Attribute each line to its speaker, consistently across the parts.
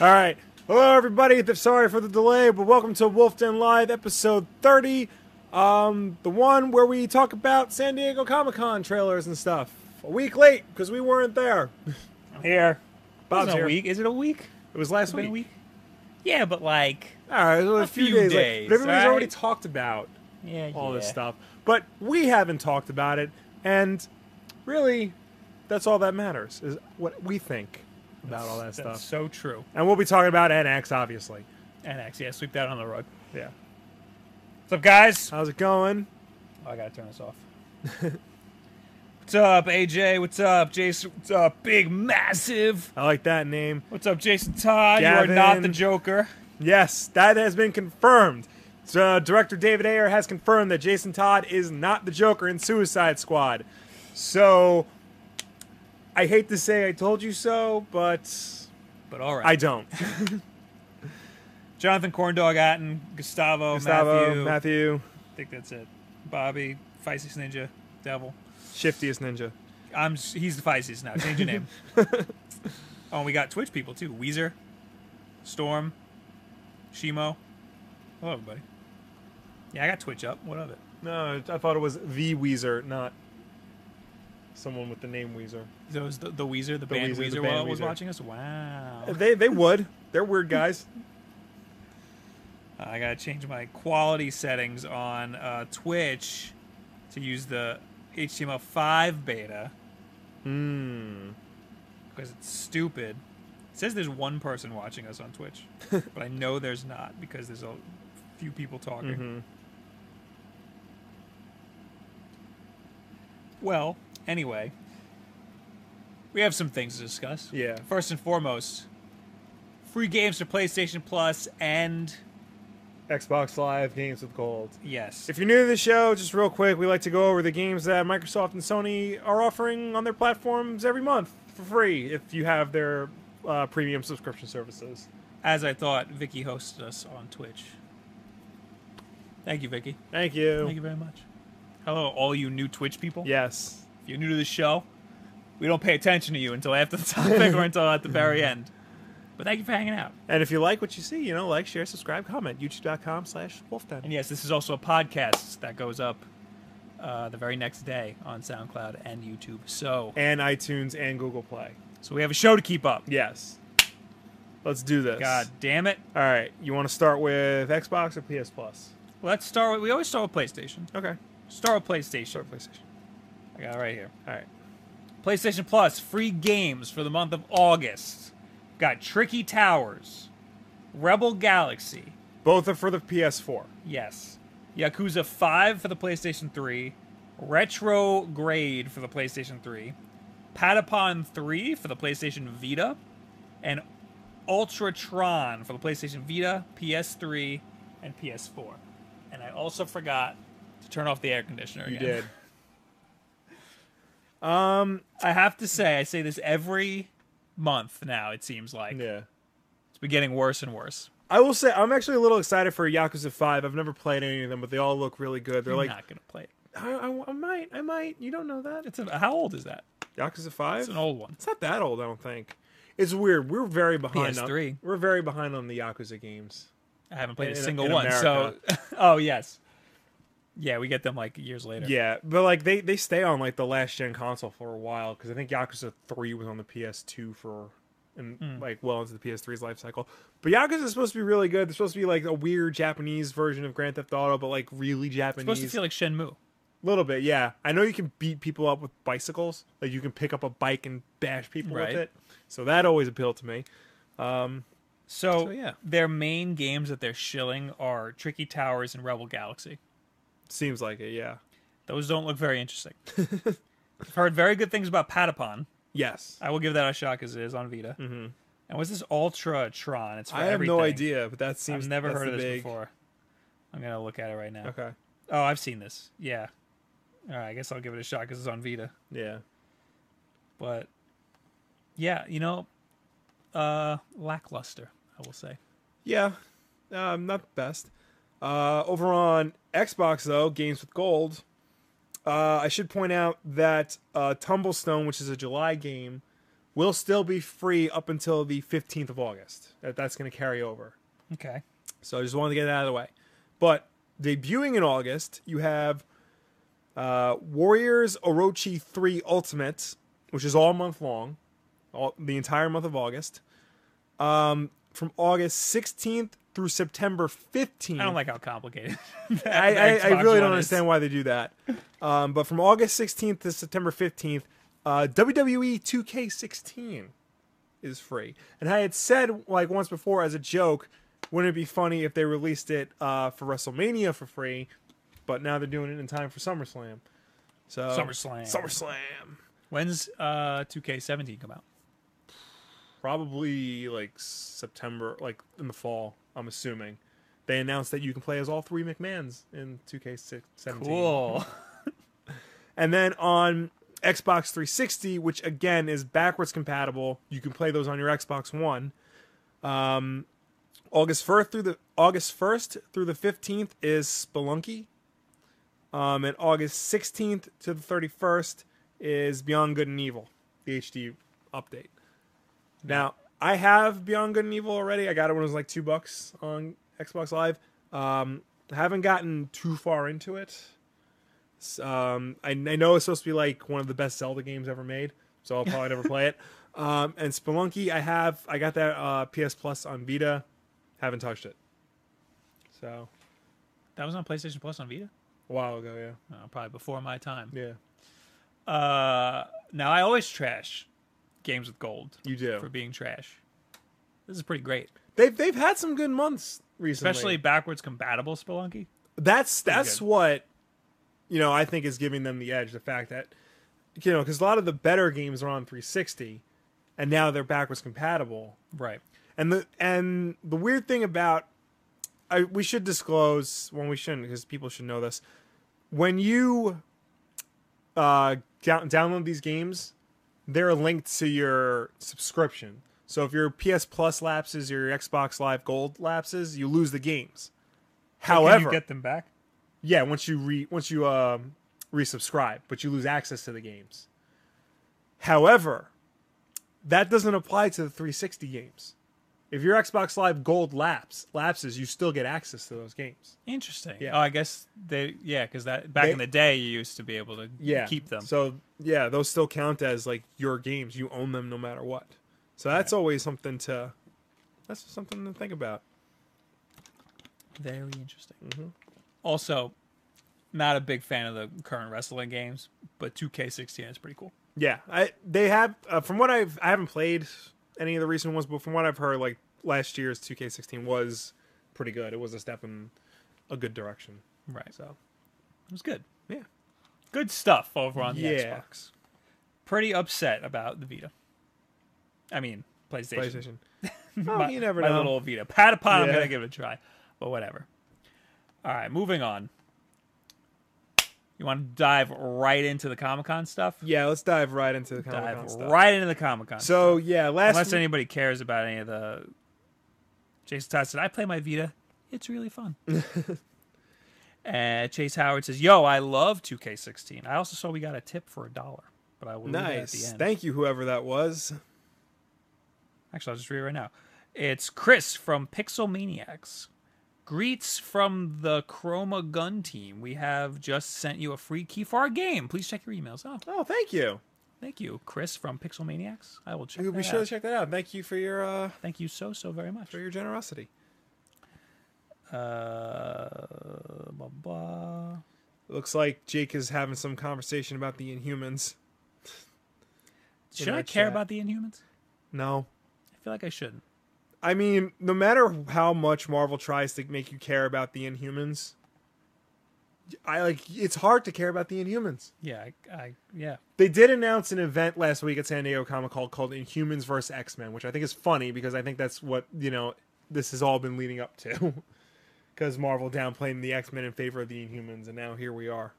Speaker 1: All right. Hello, everybody. Th- Sorry for the delay, but welcome to Wolf Den Live, episode 30. Um, the one where we talk about San Diego Comic Con trailers and stuff. A week late because we weren't there.
Speaker 2: I'm here.
Speaker 1: Bob's
Speaker 2: Wasn't a
Speaker 1: here.
Speaker 2: week. Is it a week?
Speaker 1: It was last
Speaker 2: It's been
Speaker 1: week.
Speaker 2: a week. Yeah, but like,
Speaker 1: All right, it was a,
Speaker 2: A
Speaker 1: few,
Speaker 2: few
Speaker 1: days. late.
Speaker 2: days,
Speaker 1: but everybody's
Speaker 2: all
Speaker 1: already
Speaker 2: right?
Speaker 1: talked about
Speaker 2: yeah,
Speaker 1: all this
Speaker 2: yeah.
Speaker 1: stuff. But we haven't talked about it, and really, that's all that matters is what we think about all that
Speaker 2: That's
Speaker 1: stuff.
Speaker 2: so true.
Speaker 1: And we'll be talking about NX, obviously.
Speaker 2: And actually, yeah, sweep that on the rug.
Speaker 1: Yeah.
Speaker 2: What's up, guys?
Speaker 1: How's it going?
Speaker 2: Oh, I gotta turn this off. What's up, AJ? What's up, Jason? What's up, Big Massive?
Speaker 1: I like that name.
Speaker 2: What's up, Jason Todd? You are not the
Speaker 1: Gavin.
Speaker 2: Joker.
Speaker 1: Yes, that has been confirmed. So, uh, director David Ayer has confirmed that Jason Todd is not the Joker in Suicide Squad. So, I hate to say I told you so, but
Speaker 2: But all right.
Speaker 1: I don't.
Speaker 2: Jonathan Corndog Atten, Gustavo,
Speaker 1: Gustavo,
Speaker 2: Matthew.
Speaker 1: Matthew,
Speaker 2: I think that's it. Bobby, Feisty Ninja, Devil.
Speaker 1: Shiftiest Ninja.
Speaker 2: I'm. s- He's the Pisces now. Change your name. oh, and we got Twitch people too. Weezer, Storm, Shimo. Hello, everybody. Yeah, I got Twitch up. What of it?
Speaker 1: No, I thought it was the Weezer, not someone with the name Weezer.
Speaker 2: Those the, the Weezer, the, band
Speaker 1: Weezer, the
Speaker 2: Weezer,
Speaker 1: band
Speaker 2: wa- was
Speaker 1: Weezer.
Speaker 2: watching us. Wow.
Speaker 1: They they would. They're weird guys.
Speaker 2: I gotta change my quality settings on uh, Twitch to use the HTML5 beta
Speaker 1: Hmm.
Speaker 2: because it's stupid. It says there's one person watching us on Twitch, but I know there's not because there's a few people
Speaker 1: Mhm.
Speaker 2: talking. Well, anyway, we have some things to discuss.
Speaker 1: Yeah.
Speaker 2: First and foremost, free games for PlayStation Plus and
Speaker 1: Xbox Live games with gold.
Speaker 2: yes,
Speaker 1: If you're new to the show, just real quick, we like to go over the games that Microsoft and Sony are offering on their platforms every month for free if you have their uh, premium subscription services.
Speaker 2: as I thought, Vicky hosted us on Twitch. Thank you, Vicky.
Speaker 1: Thank you.
Speaker 2: Thank you very much. Hello, all you new Twitch people.
Speaker 1: Yes.
Speaker 2: If you're new to the show, we don't pay attention to you until after the topic or until at the very end. But thank you for hanging out.
Speaker 1: And if you like what you see, you know, like, share, subscribe, comment. YouTube.com slash
Speaker 2: And
Speaker 1: Wolfden.
Speaker 2: yes, this is also a podcast that goes up uh, the very next day on SoundCloud and YouTube. So,
Speaker 1: And iTunes and Google Play.
Speaker 2: so we have a show to keep up.
Speaker 1: Yes. Let's do this.
Speaker 2: God damn it!
Speaker 1: All right. You want to start with Xbox or PS Plus?
Speaker 2: Let's start with. We always start with PlayStation.
Speaker 1: Okay.
Speaker 2: Start with PlayStation.
Speaker 1: Start with PlayStation.
Speaker 2: I got it right here.
Speaker 1: All right.
Speaker 2: PlayStation Plus free games for the month of August. Got Tricky Towers, Rebel Galaxy.
Speaker 1: Both are for the PS4.
Speaker 2: Yes. Yakuza 5 for the PlayStation 3, Retro Grade for the PlayStation 3, Patapon 3 for the PlayStation Vita, and Ultratron for the PlayStation Vita, PS3, and PS4. And I also forgot to turn off the air conditioner
Speaker 1: You
Speaker 2: again.
Speaker 1: did.
Speaker 2: I have to say, I say this every month now, it seems like.
Speaker 1: Yeah.
Speaker 2: It's been getting worse and worse.
Speaker 1: I will say I'm actually a little excited for Yakuza Five. I've never played any of them, but they all look really good. They're
Speaker 2: I'm
Speaker 1: like,
Speaker 2: not going to play it.
Speaker 1: I, I- I might, I might. You don't know that
Speaker 2: It's a, how old is that?
Speaker 1: Yakuza Five.
Speaker 2: It's an old one.
Speaker 1: It's not that old, I don't think. It's weird. We're very behind.
Speaker 2: PS3.
Speaker 1: On, we're very behind on the Yakuza games.
Speaker 2: I haven't played a
Speaker 1: In-
Speaker 2: single
Speaker 1: in
Speaker 2: one.
Speaker 1: America.
Speaker 2: So, oh yes, yeah, we get them like years later.
Speaker 1: Yeah, but like they they stay on like the last gen console for a while because I think Yakuza Three was on the PS2 for and
Speaker 2: Hmm.
Speaker 1: like well into the PS3's life cycle. But Yakuza is supposed to be really good. They're supposed to be like a weird Japanese version of Grand Theft Auto, but like really Japanese.
Speaker 2: supposed to feel like Shenmue.
Speaker 1: little bit, yeah. I know you can beat people up with bicycles. Like you can pick up a bike and bash people
Speaker 2: Right.
Speaker 1: with it. So that always appealed to me.
Speaker 2: So,
Speaker 1: So, yeah.
Speaker 2: their main games that they're shilling are Tricky Towers and Rebel Galaxy.
Speaker 1: Seems like it, yeah.
Speaker 2: Those don't look very interesting. I've heard very good things about Patapon.
Speaker 1: Yes.
Speaker 2: I will give that a shot because it is on Vita. Mm-hmm. And what's this Ultratron? It's for
Speaker 1: I have
Speaker 2: everything.
Speaker 1: no idea, but that seems
Speaker 2: I've never
Speaker 1: that's
Speaker 2: heard
Speaker 1: the
Speaker 2: of this
Speaker 1: big-
Speaker 2: before. I'm gonna look at it right now.
Speaker 1: Okay.
Speaker 2: Oh, I've seen this. Yeah. All right, I guess I'll give it a shot because it's on Vita.
Speaker 1: Yeah.
Speaker 2: but yeah, you know, uh, lackluster, I will say.
Speaker 1: Yeah, um, not the best. Uh, over on Xbox, though, Games with Gold, uh, I should point out that uh, Tumblestone, which is a July game, will still be free up until the 15th of August. That that's going to carry over.
Speaker 2: Okay.
Speaker 1: So I just wanted to get that out of the way. But debuting in August, you have uh, Warriors Orochi 3 Ultimate, which is all month long, all, the entire month of August. Um, from August 16th through September 15th.
Speaker 2: I don't like how complicated. that
Speaker 1: I, I,
Speaker 2: Xbox
Speaker 1: I really
Speaker 2: One
Speaker 1: don't
Speaker 2: is.
Speaker 1: understand why they do that. Um, but from August 16th to September 15th, uh, WWE 2K16 is free. And I had said like once before as a joke, wouldn't it be funny if they released it uh, for WrestleMania for free? But now they're doing it in time for SummerSlam. So
Speaker 2: SummerSlam.
Speaker 1: SummerSlam.
Speaker 2: When's uh 2K17 come out?
Speaker 1: Probably like September, like in the fall. I'm assuming. They announced that you can play as all three McMahons in 2K17.
Speaker 2: Cool.
Speaker 1: And then on Xbox 360, which again is backwards compatible, you can play those on your Xbox One. Um, August 1st through the August 1st through the 15th is Spelunky. Um, and August 16th to the 31st is Beyond Good and Evil, the HD update. Now, I have Beyond Good and Evil already. I got it when it was like 2 bucks on Xbox Live. Um, haven't gotten too far into it. Um, I, I know it's supposed to be like one of the best Zelda games ever made, so I'll probably never play it. Um, and Spelunky, I have I got that uh, PS Plus on Vita, haven't touched it. So
Speaker 2: that was on PlayStation Plus on Vita.
Speaker 1: a while ago,
Speaker 2: Uh, probably before my time.
Speaker 1: yeah, yeah,
Speaker 2: Uh, now I always trash games with gold
Speaker 1: you do.
Speaker 2: for being trash. This is pretty great,
Speaker 1: they've they've had some good months recently.
Speaker 2: especially backwards compatible Spelunky.
Speaker 1: that's that's
Speaker 2: good.
Speaker 1: what you know I think is giving them the edge. The fact that you know because a lot of the better games are on 360, and now they're backwards compatible.
Speaker 2: Right.
Speaker 1: And the and the weird thing about I we should disclose when we shouldn't because people should know this. When you uh, down, download these games, they're linked to your subscription. So if your PS Plus lapses, your Xbox Live Gold lapses, you lose the games.
Speaker 2: Can
Speaker 1: However,
Speaker 2: you get them back?
Speaker 1: yeah, once you re once you um, resubscribe, but you lose access to the games. However, that doesn't apply to the 360 games. If your Xbox Live Gold laps lapses, you still get access to those games.
Speaker 2: Interesting.
Speaker 1: Yeah.
Speaker 2: Oh, I guess they. Yeah, because that back
Speaker 1: They-
Speaker 2: in the day, you used to be able to keep them.
Speaker 1: So yeah, those still count as like your games. You own them no matter what. So that's always something to that's something to think about.
Speaker 2: Very interesting. Mm-hmm. Also, not a big fan of the current wrestling games, but 2K16 is pretty cool.
Speaker 1: Yeah, I they have uh, from what I've I haven't played any of the recent ones, but from what I've heard, like last year's 2K16 was pretty good. It was a step in a good direction.
Speaker 2: Right.
Speaker 1: So
Speaker 2: It was good.
Speaker 1: yeah,
Speaker 2: Good stuff over on the
Speaker 1: Yeah.
Speaker 2: Xbox. Pretty upset about the Vita. I mean, PlayStation.
Speaker 1: PlayStation.
Speaker 2: my,
Speaker 1: Oh, you never
Speaker 2: my
Speaker 1: know.
Speaker 2: little Vita. Patapon, I'm
Speaker 1: Yeah.
Speaker 2: gonna give it a try, but whatever. All right, moving on. You want to dive right into the Comic Con stuff?
Speaker 1: Yeah, let's dive right into the
Speaker 2: dive
Speaker 1: Comic Con stuff.
Speaker 2: right into the Comic Con.
Speaker 1: So yeah, last
Speaker 2: unless anybody cares about any of the, Jason Todd said, "I play my Vita. It's really fun." uh, Chase Howard says, "Yo, I love 2K16. I also saw we got a tip for a dollar, but I will leave that at the
Speaker 1: nice.
Speaker 2: end.
Speaker 1: Thank you, whoever that was.
Speaker 2: Actually, I'll just read it right now. It's Chris from Pixel Maniacs. Greets from the Chroma Gun team. We have just sent you a free key for our game. Please check your emails. Oh,
Speaker 1: Oh, thank you.
Speaker 2: thank you, Chris from Pixel Maniacs. I will check.
Speaker 1: We
Speaker 2: that
Speaker 1: we should
Speaker 2: out.
Speaker 1: have checked that out. Thank you for your uh
Speaker 2: Thank you so so very much.
Speaker 1: for your generosity.
Speaker 2: Uh, blah, blah.
Speaker 1: Looks like Jake is having some conversation about the Inhumans.
Speaker 2: Should
Speaker 1: In
Speaker 2: I
Speaker 1: our
Speaker 2: care
Speaker 1: chat.
Speaker 2: about the Inhumans?
Speaker 1: No,
Speaker 2: I feel like I shouldn't.
Speaker 1: I mean, no matter how much Marvel tries to make you care about the Inhumans, I like it's hard to care about the Inhumans.
Speaker 2: Yeah, I, I yeah.
Speaker 1: They did announce an event last week at San Diego Comic Con called Inhumans vs. X Men, which I think is funny because I think that's what you know this has all been leading up to. Because Marvel downplayed the X Men in favor of the Inhumans, and now here we are.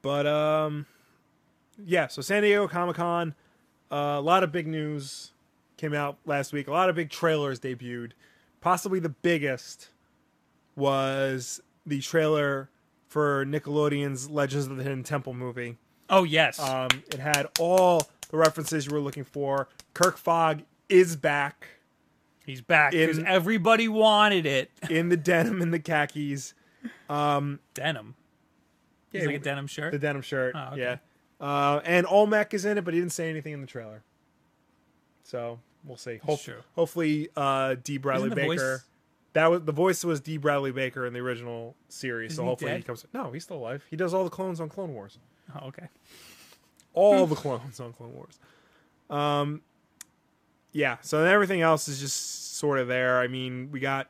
Speaker 1: But um, yeah. So San Diego Comic Con, uh, a lot of big news came out last week. A lot of big trailers debuted. Possibly the biggest was the trailer for Nickelodeon's Legends of the Hidden Temple movie.
Speaker 2: Oh yes,
Speaker 1: Um, it had all the references you were looking for. Kirk Fogg is back
Speaker 2: He's back because
Speaker 1: In-
Speaker 2: everybody wanted it.
Speaker 1: in the denim and the khakis.
Speaker 2: Denim. He's
Speaker 1: Yeah,
Speaker 2: like a denim shirt.
Speaker 1: The denim shirt.
Speaker 2: Oh, okay.
Speaker 1: Yeah. Uh, and Olmec is in it, but he didn't say anything in the trailer. So we'll see. Hope-
Speaker 2: Sure.
Speaker 1: Hopefully, uh, D. Bradley
Speaker 2: Isn't the
Speaker 1: Baker.
Speaker 2: voice-
Speaker 1: That was the voice was D. Bradley Baker in the original series. so
Speaker 2: Isn't he
Speaker 1: hopefully he
Speaker 2: dead?
Speaker 1: comes. No, he's still alive. He does all the clones on Clone Wars.
Speaker 2: Oh, okay.
Speaker 1: All the clones on Clone Wars. Um, yeah. So then everything else is just sort of there. I mean, we got.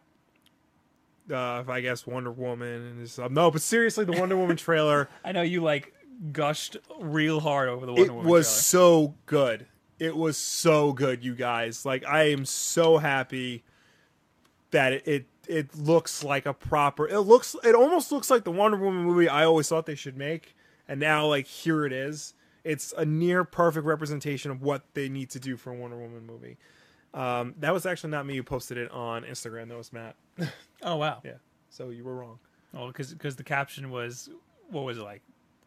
Speaker 1: Uh, I guess Wonder Woman and this, no, but seriously, the Wonder Woman trailer
Speaker 2: I know you like gushed real hard over the Wonder
Speaker 1: it
Speaker 2: Woman
Speaker 1: was
Speaker 2: trailer.
Speaker 1: so good it was so good you guys like i am so happy that it, it it looks like a proper it looks it almost looks like the wonder woman movie i always thought they should make and now like here it is it's a near perfect representation of what they need to do for a wonder woman movie um, that was actually not me who posted it on instagram that was matt
Speaker 2: Oh wow.
Speaker 1: yeah so you were wrong
Speaker 2: Well, because the caption was, what was it like,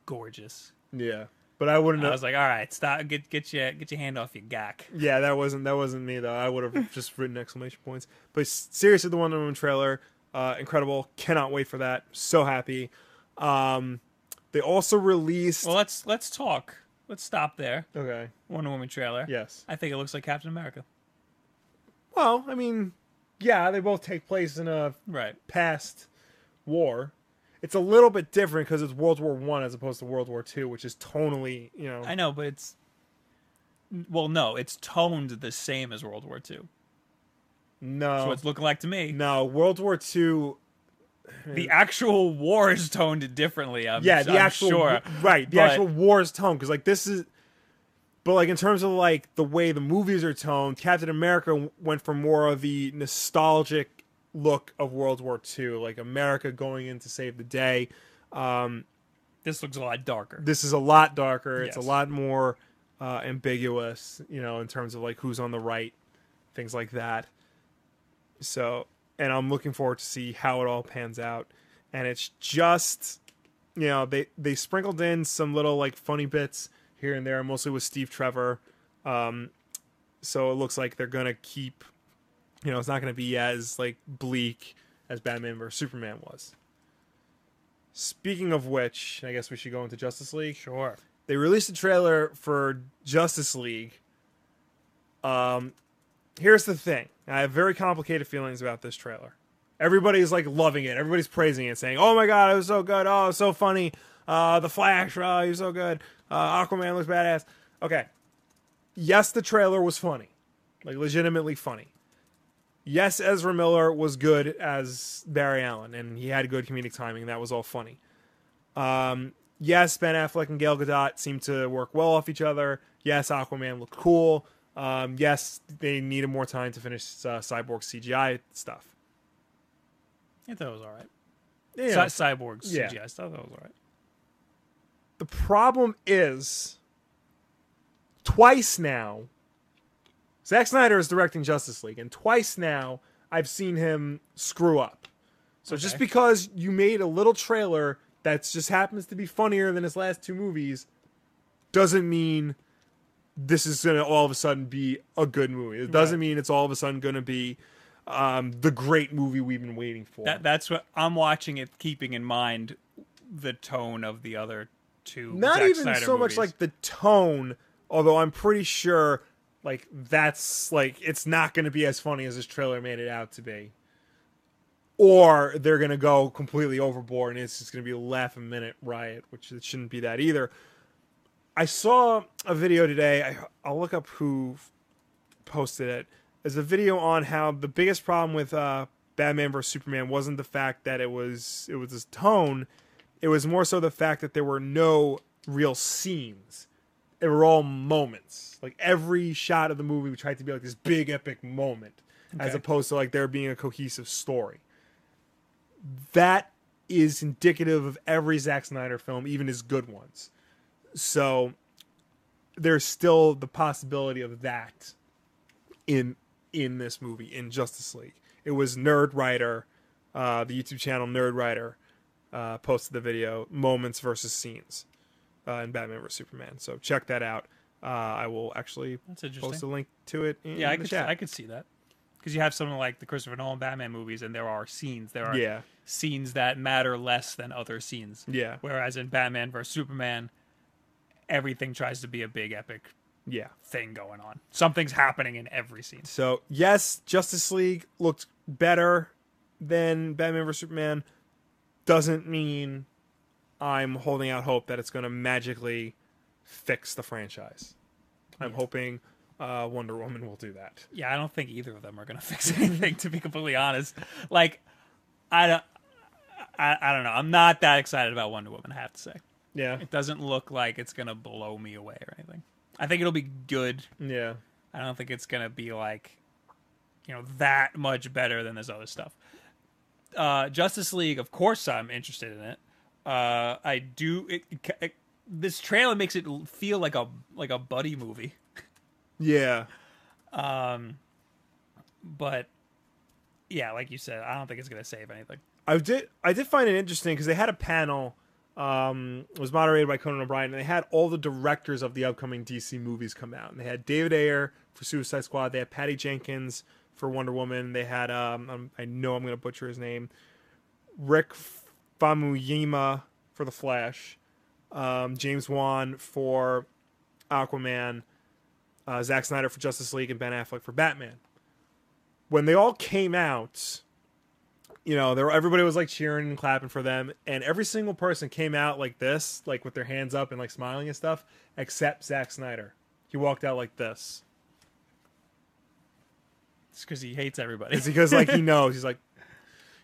Speaker 2: gorgeous.
Speaker 1: yeah but i wouldn't
Speaker 2: And I
Speaker 1: have
Speaker 2: was like, all right, stop, get get your get your hand off your gack.
Speaker 1: Yeah, that wasn't that wasn't me though. I would have just written exclamation points. But s- seriously, the Wonder Woman trailer, uh, incredible! Cannot wait for that. So happy. Um, they also released.
Speaker 2: Well, let's let's talk. Let's stop there.
Speaker 1: okay.
Speaker 2: Wonder Woman trailer.
Speaker 1: Yes.
Speaker 2: I think it looks like Captain America.
Speaker 1: Well, I mean, yeah, they both take place in a
Speaker 2: Right.
Speaker 1: past war. It's a little bit different because it's World War One as opposed to World War Two, which is tonally, you know,
Speaker 2: I know, but it's well, no, it's toned the same as World War II. So
Speaker 1: no,
Speaker 2: it's looking like to me.
Speaker 1: Oh. no. World War Two
Speaker 2: The actual war is toned differently. I'm,
Speaker 1: yeah, the
Speaker 2: I'm
Speaker 1: actual
Speaker 2: sure.
Speaker 1: right, the
Speaker 2: But-
Speaker 1: actual war's tone because like this is, but like in terms of like the way the movies are toned, Captain America w- went for more of the nostalgic look of World War II, like America going in to save the day.
Speaker 2: This looks a lot darker.
Speaker 1: This is a lot darker. It's
Speaker 2: Yes.
Speaker 1: a lot more uh, ambiguous, you know, in terms of like who's on the right, things like that. So, and I'm looking forward to see how it all pans out. And it's just, you know, they they sprinkled in some little like funny bits here and there, mostly with Steve Trevor. Um, so it looks like they're gonna keep, you know, it's not gonna be as like bleak as Batman vs Superman was. Speaking of which, I guess we should go into Justice League
Speaker 2: Sure.
Speaker 1: they released a trailer for Justice League. Um, here's the thing: I have very complicated feelings about this trailer. Everybody's like loving it. Everybody's praising it, saying, "Oh my god, it was so good! Oh, it was so funny! Uh, the Flash, oh, he was so good! Uh, Aquaman looks badass." Okay, yes, the trailer was funny, like legitimately funny. Yes, Ezra Miller was good as Barry Allen, and he had good comedic timing. That was all funny. Um, yes, Ben Affleck and Gail Gadot seem to work well off each other. Yes, Aquaman looked cool. Um, yes, they needed more time to finish uh, Cyborg CGI stuff.
Speaker 2: I thought it was all right.
Speaker 1: You know,
Speaker 2: Cy- Cyborgs.
Speaker 1: Yeah.
Speaker 2: CGI. I thought that was all right.
Speaker 1: the problem is, twice now, Zack Snyder is directing Justice League, and twice now I've seen him screw up. So just
Speaker 2: Okay.
Speaker 1: because you made a little trailer that just happens to be funnier than his last two movies, doesn't mean this is going to all of a sudden be a good movie. It doesn't mean it's all of a sudden going to be um, the great movie we've been waiting for.
Speaker 2: That that's what I'm watching it, keeping in mind the tone of the other two.
Speaker 1: not
Speaker 2: Zack
Speaker 1: even
Speaker 2: Snyder
Speaker 1: so much
Speaker 2: movies.
Speaker 1: like the tone although i'm pretty sure like that's like it's not going to be as funny as this trailer made it out to be or they're going to go completely overboard and it's just going to be a laugh a minute riot which it shouldn't be that either i saw a video today I, i'll look up who posted it as a video on how the biggest problem with uh, Batman vs Superman wasn't the fact that it was it was his tone, it was more so the fact that there were no real scenes. They were all moments. Like every shot of the movie tried to be like this big epic moment, as
Speaker 2: Okay.
Speaker 1: opposed to like there being a cohesive story. That is indicative of every Zack Snyder film, even his good ones. So there's still the possibility of that in in this movie in Justice League. It was Nerd Writer, uh, the YouTube channel Nerd Writer, uh, posted the video moments versus scenes uh, in Batman vs Superman. So check that out. Uh, I will actually
Speaker 2: That's
Speaker 1: post a
Speaker 2: interesting.
Speaker 1: link to it. In
Speaker 2: Yeah, I
Speaker 1: the
Speaker 2: could
Speaker 1: chat.
Speaker 2: I could see that because you have something like the Christopher Nolan Batman movies, and there are scenes there are
Speaker 1: Yeah.
Speaker 2: scenes that matter less than other scenes.
Speaker 1: Yeah.
Speaker 2: Whereas in Batman versus Superman, everything tries to be a big epic
Speaker 1: Yeah.
Speaker 2: thing going on. Something's happening in every scene.
Speaker 1: So yes, Justice League looked better than Batman vs Superman. Doesn't mean I'm holding out hope that it's going to magically fix the franchise. I'm hoping uh, Wonder Woman will do that.
Speaker 2: Yeah, I don't think either of them are going to fix anything. to be completely honest, like I don't, I, I don't know. I'm not that excited about Wonder Woman. I have to say,
Speaker 1: Yeah,
Speaker 2: it doesn't look like it's going to blow me away or anything. I think it'll be good.
Speaker 1: yeah,
Speaker 2: I don't think it's going to be like, you know, that much better than this other stuff. Uh, Justice League, of course, I'm interested in it. Uh, I do. It, it, this trailer makes it feel like a like a buddy movie.
Speaker 1: yeah,
Speaker 2: but yeah, like you said, I don't think it's gonna save anything.
Speaker 1: I did. I did find it interesting because they had a panel. Um, it was moderated by Conan O'Brien, and they had all the directors of the upcoming DC movies come out. And they had David Ayer for Suicide Squad. They had Patty Jenkins for Wonder Woman. They had um, um, I know I'm going to butcher his name, Rick Famuyima for The Flash, um, James Wan for Aquaman, uh, Zack Snyder for Justice League, and Ben Affleck for Batman. When they all came out, you know, there everybody was like cheering and clapping for them, and every single person came out like this, like with their hands up and like smiling and stuff, except Zack Snyder. He walked out like this.
Speaker 2: It's because he hates everybody.
Speaker 1: It's because like he knows he's like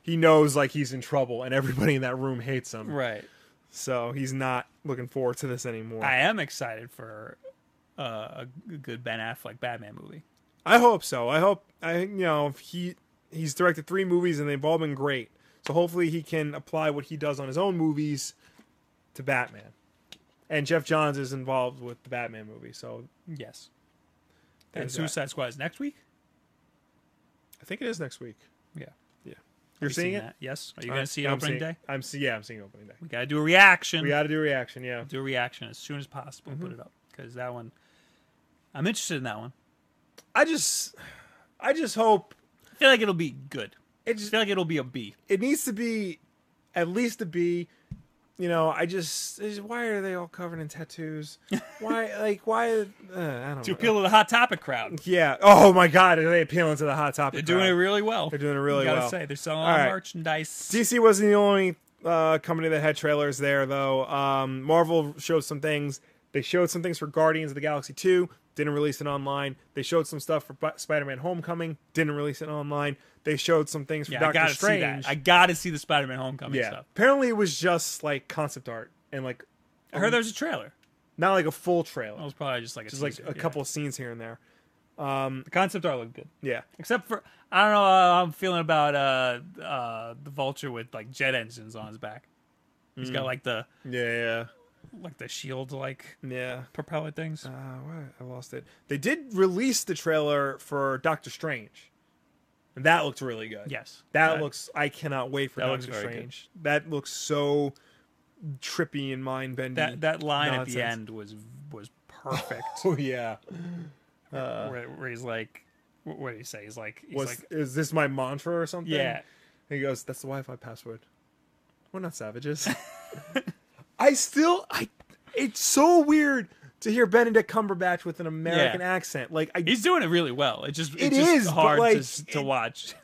Speaker 1: he knows like he's in trouble, and everybody in that room hates him.
Speaker 2: right.
Speaker 1: So he's not looking forward to this anymore.
Speaker 2: I
Speaker 1: I,
Speaker 2: am excited for uh, a g- good Ben Affleck Batman movie.
Speaker 1: hope so. I hope I you know if he he's directed three movies and they've all been great. So hopefully he can apply what he does on his own movies to Batman. And Jeff Johns is involved with the Batman movie, so
Speaker 2: Yes. And
Speaker 1: There's that.
Speaker 2: Suicide Squad is next week.
Speaker 1: I think it is next week.
Speaker 2: Yeah.
Speaker 1: Yeah.
Speaker 2: Have
Speaker 1: You're
Speaker 2: you
Speaker 1: seeing
Speaker 2: seen
Speaker 1: it?
Speaker 2: That? Yes. Are you
Speaker 1: I'm-
Speaker 2: gonna see it
Speaker 1: I'm
Speaker 2: opening
Speaker 1: seeing-
Speaker 2: day?
Speaker 1: I'm see, yeah, I'm seeing opening day.
Speaker 2: We gotta do a reaction.
Speaker 1: We got to do reaction, yeah.
Speaker 2: do a reaction as soon as possible.
Speaker 1: Mm-hmm.
Speaker 2: Put it up because that one. I'm interested in that one.
Speaker 1: I just I just hope
Speaker 2: I feel like it'll be good.
Speaker 1: it
Speaker 2: I
Speaker 1: just
Speaker 2: feel like it'll be a B.
Speaker 1: it needs to be at least a B. You know, I just, I just- why are they all covered in tattoos? Why like why uh, I don't
Speaker 2: To
Speaker 1: know.
Speaker 2: appeal to the hot topic crowd,
Speaker 1: yeah. Oh my god, are they appealing to the hot topic?
Speaker 2: they're doing it
Speaker 1: crowd?
Speaker 2: really well.
Speaker 1: They're doing it really
Speaker 2: gotta
Speaker 1: well.
Speaker 2: say they're selling a
Speaker 1: All
Speaker 2: lot of
Speaker 1: right.
Speaker 2: merchandise.
Speaker 1: DC wasn't the only uh, company that had trailers there, though. Um, Marvel showed some things. They showed some things for Guardians of the Galaxy 2, didn't release it online. They showed some stuff for Bi- Spider Man Homecoming, didn't release it online. They showed some things for
Speaker 2: Yeah, I
Speaker 1: Doctor
Speaker 2: gotta
Speaker 1: Strange.
Speaker 2: see that. I gotta see the Spider-Man Homecoming
Speaker 1: yeah.
Speaker 2: stuff.
Speaker 1: Apparently, it was just like concept art and like
Speaker 2: I heard there was a trailer.
Speaker 1: not like a full trailer.
Speaker 2: It was probably just like a
Speaker 1: Um, just like
Speaker 2: teaser,
Speaker 1: a
Speaker 2: Oh, yeah.
Speaker 1: couple of scenes here and there.
Speaker 2: The concept art looked good,
Speaker 1: Yeah.
Speaker 2: except for I don't know how I'm feeling about uh uh the Vulture with like jet engines on his back. He's
Speaker 1: Mm.
Speaker 2: got like the
Speaker 1: Yeah.
Speaker 2: like the shield like
Speaker 1: Yeah.
Speaker 2: propeller things.
Speaker 1: Uh, why I lost it. They did release the trailer for Doctor Strange, and that looked really good.
Speaker 2: yes,
Speaker 1: That looks. I cannot wait for
Speaker 2: that looks
Speaker 1: Doctor
Speaker 2: very
Speaker 1: Strange. That looks so trippy and mind bending.
Speaker 2: that that line at the
Speaker 1: Nonsense.
Speaker 2: end was was perfect.
Speaker 1: Oh yeah.
Speaker 2: where, where he's like, wh- what did he say? He's like, he's
Speaker 1: Uh. Was
Speaker 2: like,
Speaker 1: is this my mantra or something?
Speaker 2: yeah,
Speaker 1: And he goes, "That's the Wi-Fi password. We're not savages." I still. I. It's so weird to hear Benedict Cumberbatch with an American accent. Like I
Speaker 2: he's doing it really well. It just it's
Speaker 1: It
Speaker 2: just
Speaker 1: is, but,
Speaker 2: hard
Speaker 1: like,
Speaker 2: to, s- to
Speaker 1: it-
Speaker 2: watch.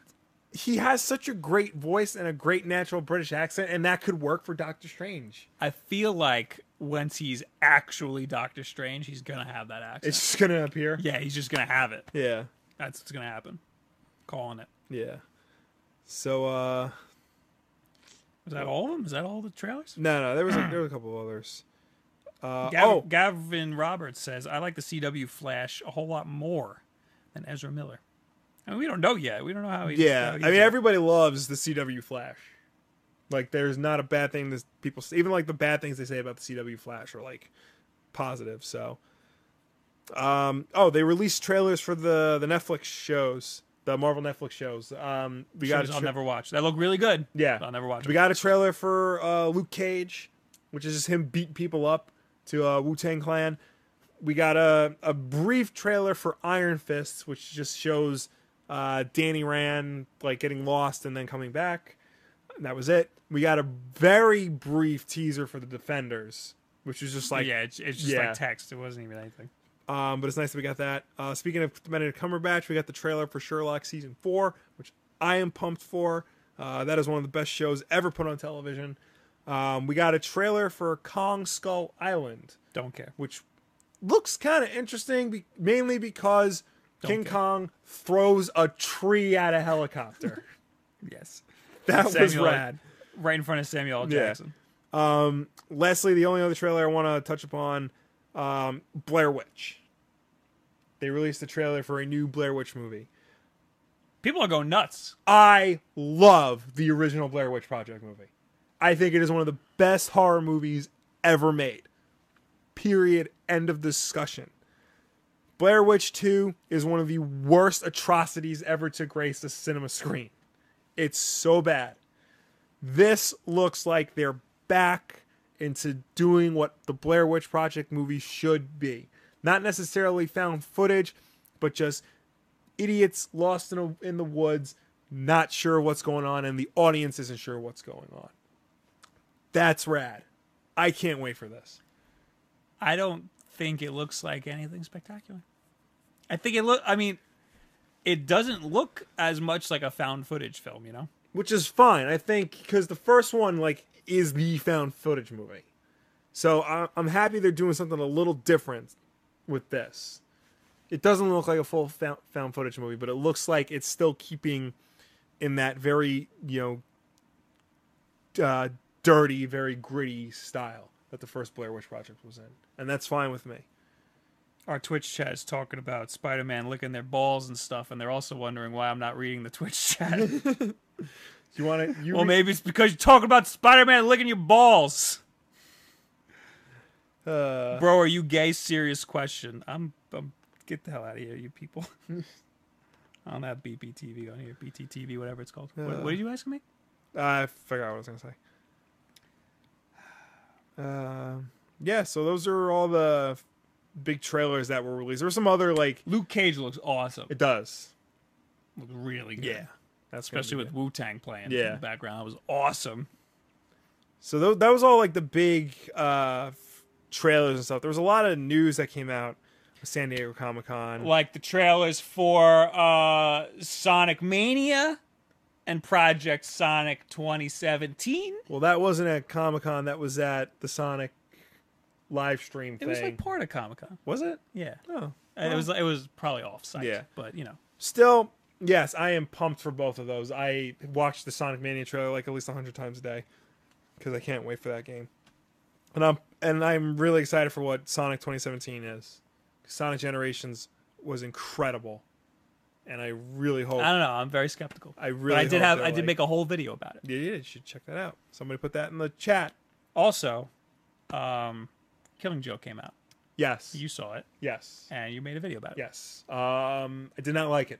Speaker 1: he has such a great voice and a great natural British accent, and that could work for Doctor Strange.
Speaker 2: I feel like once he's actually Doctor Strange, he's gonna have that accent.
Speaker 1: It's just gonna appear.
Speaker 2: yeah, he's just gonna have it.
Speaker 1: Yeah,
Speaker 2: That's what's gonna happen. Calling it.
Speaker 1: yeah. So, uh,
Speaker 2: Is that all of them? Is that all the trailers?
Speaker 1: no, no, there was a, there were a couple others. Uh,
Speaker 2: Gav-
Speaker 1: oh,
Speaker 2: Gavin Roberts says, "I like the CW Flash a whole lot more than Ezra Miller." I mean, we don't know yet. We don't know how he's. how
Speaker 1: yeah.
Speaker 2: he's
Speaker 1: I mean,
Speaker 2: doing.
Speaker 1: everybody loves the CW Flash. Like, there's not a bad thing that people say. even like the bad things they say about the CW Flash are like positive. So, um, oh, they released trailers for the the Netflix shows, the Marvel Netflix shows. Um, we got
Speaker 2: Shows
Speaker 1: a
Speaker 2: I'll
Speaker 1: tra-
Speaker 2: never watch. That looked really good.
Speaker 1: Yeah,
Speaker 2: but I'll never watch.
Speaker 1: We
Speaker 2: it.
Speaker 1: got a trailer for uh, Luke Cage, which is just him beating people up to uh, Wu Tang Clan. we got a, a brief trailer for Iron Fists, which just shows uh, Danny Rand like getting lost and then coming back. And that was it. We got a very brief teaser for the Defenders, which was just like,
Speaker 2: yeah, it's, it's just
Speaker 1: yeah.
Speaker 2: like text. It wasn't even anything.
Speaker 1: um, but it's nice that we got that. Uh, speaking of Benedict Cumberbatch, we got the trailer for Sherlock season four, which I am pumped for. Uh, that is one of the best shows ever put on television. Um, we got a trailer for Kong Skull Island
Speaker 2: Don't care.
Speaker 1: which looks kind of interesting, be- mainly because King
Speaker 2: care.
Speaker 1: Kong throws a tree at a helicopter.
Speaker 2: Yes.
Speaker 1: that was
Speaker 2: Samuel L.
Speaker 1: rad.
Speaker 2: Right in front of Samuel L.
Speaker 1: Yeah.
Speaker 2: Jackson.
Speaker 1: Um, Leslie, the only other trailer I want to touch upon, um, Blair Witch. They released a trailer for a new Blair Witch movie.
Speaker 2: People are going nuts.
Speaker 1: I love the original Blair Witch Project movie. I think it is one of the best horror movies ever made. Period. End of discussion. Blair Witch 2 is one of the worst atrocities ever to grace the cinema screen. It's so bad. This looks like they're back into doing what the Blair Witch Project movie should be. Not necessarily found footage, but just idiots lost in, a, in the woods, not sure what's going on, and the audience isn't sure what's going on. That's rad. I can't wait for this.
Speaker 2: I don't think it looks like anything spectacular. I think it look. I mean, it doesn't look as much like a found footage film, you know.
Speaker 1: which is fine i think because the first one like is the found footage movie so I- i'm happy they're doing something a little different with this it doesn't look like a full found, found footage movie but it looks like it's still keeping in that very you know uh, dirty very gritty style that the first blair witch project was in and that's fine with me
Speaker 2: Our Twitch chat is talking about Spider-Man licking their balls and stuff, and they're also wondering why I'm not reading the Twitch chat.
Speaker 1: you want to you
Speaker 2: well,
Speaker 1: re-
Speaker 2: maybe it's because you're talking about Spider-Man licking your balls,
Speaker 1: uh,
Speaker 2: bro. Are you gay? Serious question. I'm. I'm get the hell out of here, you people. I don't have BBTV on here, BTTV, whatever it's called. what,
Speaker 1: Uh.
Speaker 2: what did you ask me?
Speaker 1: I forgot what I was gonna say. Uh, yeah, so those are all the big trailers that were released. There were some other like
Speaker 2: Luke Cage looks awesome.
Speaker 1: it does.
Speaker 2: Looks really good.
Speaker 1: that's gonna
Speaker 2: especially
Speaker 1: be
Speaker 2: with
Speaker 1: good.
Speaker 2: Wu Tang playing in
Speaker 1: Yeah.
Speaker 2: the background. That was awesome.
Speaker 1: so tho- that was all like the big uh, f- trailers and stuff. There was a lot of news that came out with San Diego Comic Con.
Speaker 2: Like the trailers for uh, Sonic Mania and Project Sonic 2017.
Speaker 1: Well, that wasn't at Comic Con. That was at the Sonic live stream
Speaker 2: It
Speaker 1: thing.
Speaker 2: was like part of Comic Con.
Speaker 1: was it?
Speaker 2: Yeah,
Speaker 1: Oh,
Speaker 2: And it was. It was probably off site.
Speaker 1: Yeah.
Speaker 2: but you know,
Speaker 1: still yes i am pumped for both of those i watch the sonic mania trailer like at least 100 times a day because i can't wait for that game and i'm and i'm really excited for what sonic 2017 is sonic generations was incredible and i really hope
Speaker 2: I don't know. I'm very skeptical.
Speaker 1: I
Speaker 2: But
Speaker 1: really
Speaker 2: Oh. I did
Speaker 1: hope
Speaker 2: have.
Speaker 1: they're
Speaker 2: I did
Speaker 1: like-
Speaker 2: make a whole video about it.
Speaker 1: yeah, yeah, you should check that out somebody put that in the chat
Speaker 2: Also, um, Killing Joke came out.
Speaker 1: yes
Speaker 2: You saw it
Speaker 1: yes
Speaker 2: and you made a video about it.
Speaker 1: yes um i did not like it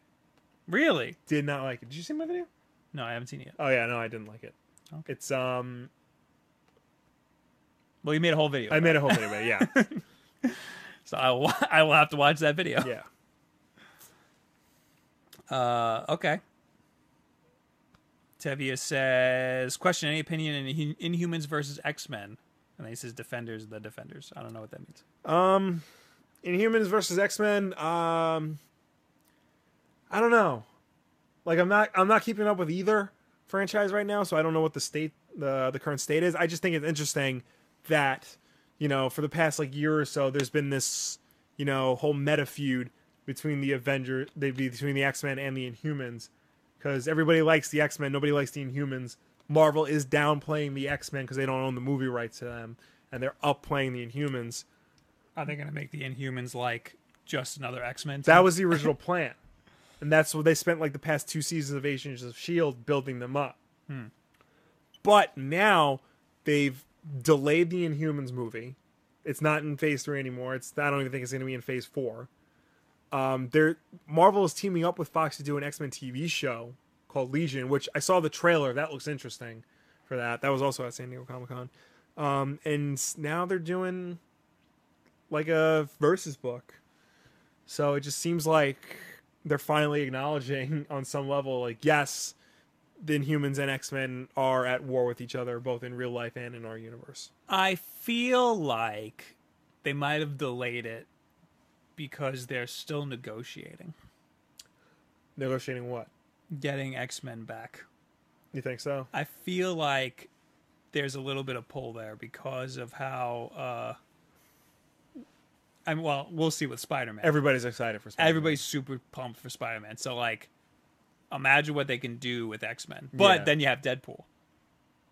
Speaker 2: Really?
Speaker 1: did not like it did you see my video
Speaker 2: No, I haven't seen it yet.
Speaker 1: oh yeah no i didn't like it
Speaker 2: Okay.
Speaker 1: it's um
Speaker 2: Well, you made a whole video.
Speaker 1: i made a whole video about it, yeah
Speaker 2: so I will, I will have to watch that video.
Speaker 1: yeah
Speaker 2: Uh, okay. Tevia says, question any opinion in Hu- Inhumans versus X Men? And then he says, Defenders of the Defenders. I don't know what that means.
Speaker 1: Um, Inhumans versus X Men. Um, I don't know. Like I'm not I'm not keeping up with either franchise right now, so I don't know what the state the the current state is. I just think it's interesting that you know for the past like year or so, there's been this you know whole meta feud between the Avenger, they between the X Men and the Inhumans, because everybody likes the X Men, nobody likes the Inhumans. Marvel is downplaying the X Men because they don't own the movie rights to them, and they're upplaying the Inhumans.
Speaker 2: Are they going to make the Inhumans like just another X Men?
Speaker 1: That was the original plan, and that's what they spent like the past two seasons of Agents of Shield E building them up. But now they've delayed the Inhumans movie. It's not in Phase Three anymore. It's I don't even think it's going to be in Phase Four. Um, they're Marvel is teaming up with Fox to do an X Men TV show called Legion, which I saw the trailer. That looks interesting for that. That was also at San Diego Comic Con. Um, and s- now they're doing like a versus book. So it just seems like they're finally acknowledging on some level, like, yes, the Inhumans and X Men are at war with each other, both in real life and in our universe.
Speaker 2: I feel like they might have delayed it because they're still negotiating
Speaker 1: Negotiating what?
Speaker 2: getting X Men back.
Speaker 1: You think so?
Speaker 2: I feel like there's a little bit of pull there because of how. Uh, I mean, well, we'll see with Spider Man.
Speaker 1: Everybody's excited for Spider-Man.
Speaker 2: Everybody's super pumped for Spider Man. So, like, imagine what they can do with X Men. But
Speaker 1: Yeah.
Speaker 2: then you have Deadpool.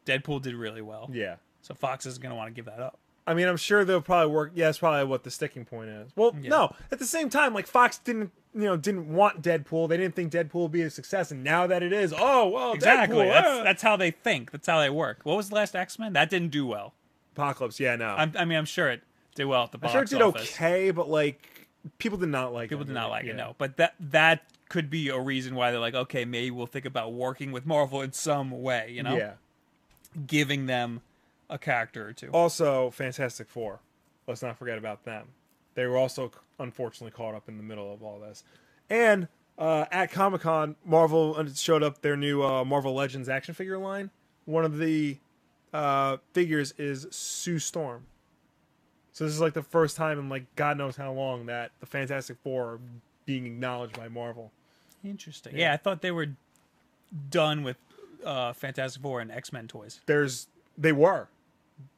Speaker 2: Deadpool did really well.
Speaker 1: Yeah.
Speaker 2: So Fox is going to want to give that up.
Speaker 1: I mean, I'm sure they'll probably work. Yeah, that's probably what the sticking point is. Well,
Speaker 2: Yeah.
Speaker 1: no. At the same time, like Fox didn't, you know, didn't want Deadpool. They didn't think Deadpool would be a success, and now that it is, oh well,
Speaker 2: Exactly.
Speaker 1: Deadpool,
Speaker 2: that's
Speaker 1: ah.
Speaker 2: that's how they think. That's how they work. What was the last X Men? That didn't do well.
Speaker 1: Apocalypse. Yeah, no.
Speaker 2: I'm, I mean, I'm sure it did well at the box
Speaker 1: I'm sure it did
Speaker 2: office.
Speaker 1: okay, but like people did not like.
Speaker 2: People
Speaker 1: it,
Speaker 2: did not like
Speaker 1: yeah.
Speaker 2: it. No, but that that could be a reason why they're like, okay, maybe we'll think about working with Marvel in some way. You know,
Speaker 1: Yeah.
Speaker 2: giving them a character or two.
Speaker 1: Also, Fantastic Four. Let's not forget about them. They were also unfortunately caught up in the middle of all this. And uh, at Comic Con, Marvel showed up their new uh, Marvel Legends action figure line. One of the uh, figures is Sue Storm. So this is like the first time in like God knows how long that the Fantastic Four are being acknowledged by Marvel.
Speaker 2: Interesting. Yeah. I thought they were done with uh, Fantastic Four and X Men toys.
Speaker 1: there's they were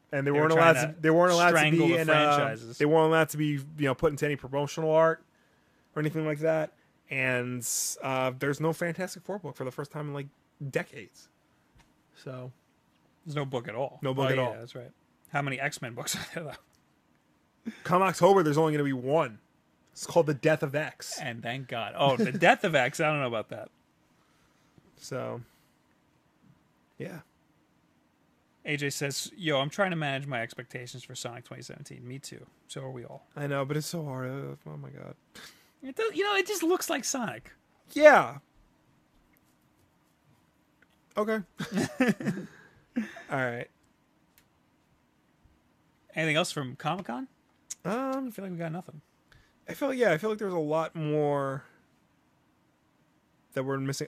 Speaker 1: and they,
Speaker 2: were
Speaker 1: weren't
Speaker 2: trying
Speaker 1: allowed to,
Speaker 2: to
Speaker 1: they weren't allowed to
Speaker 2: strangle
Speaker 1: be
Speaker 2: the
Speaker 1: in, uh,
Speaker 2: franchises.
Speaker 1: they weren't allowed to be you know put into any promotional art or anything like that and uh, there's no fantastic four book for the first time in like decades so
Speaker 2: There's no book at all.
Speaker 1: No book
Speaker 2: Oh,
Speaker 1: at
Speaker 2: yeah,
Speaker 1: all.
Speaker 2: That's right. How many X Men books are there though?
Speaker 1: come october there's only going to be one it's called the death of x
Speaker 2: And thank God. Oh, the death of X. I don't know about that.
Speaker 1: so yeah
Speaker 2: AJ says, "Yo, I'm trying to manage my expectations for Sonic 2017. Me too. So are we all.
Speaker 1: i know but it's so hard Uh, oh my god
Speaker 2: It does, you know, it just looks like Sonic.
Speaker 1: yeah okay all right
Speaker 2: Anything else from Comic Con?
Speaker 1: um
Speaker 2: I feel like we got nothing.
Speaker 1: I feel yeah, I feel like there's a lot more that we're missing.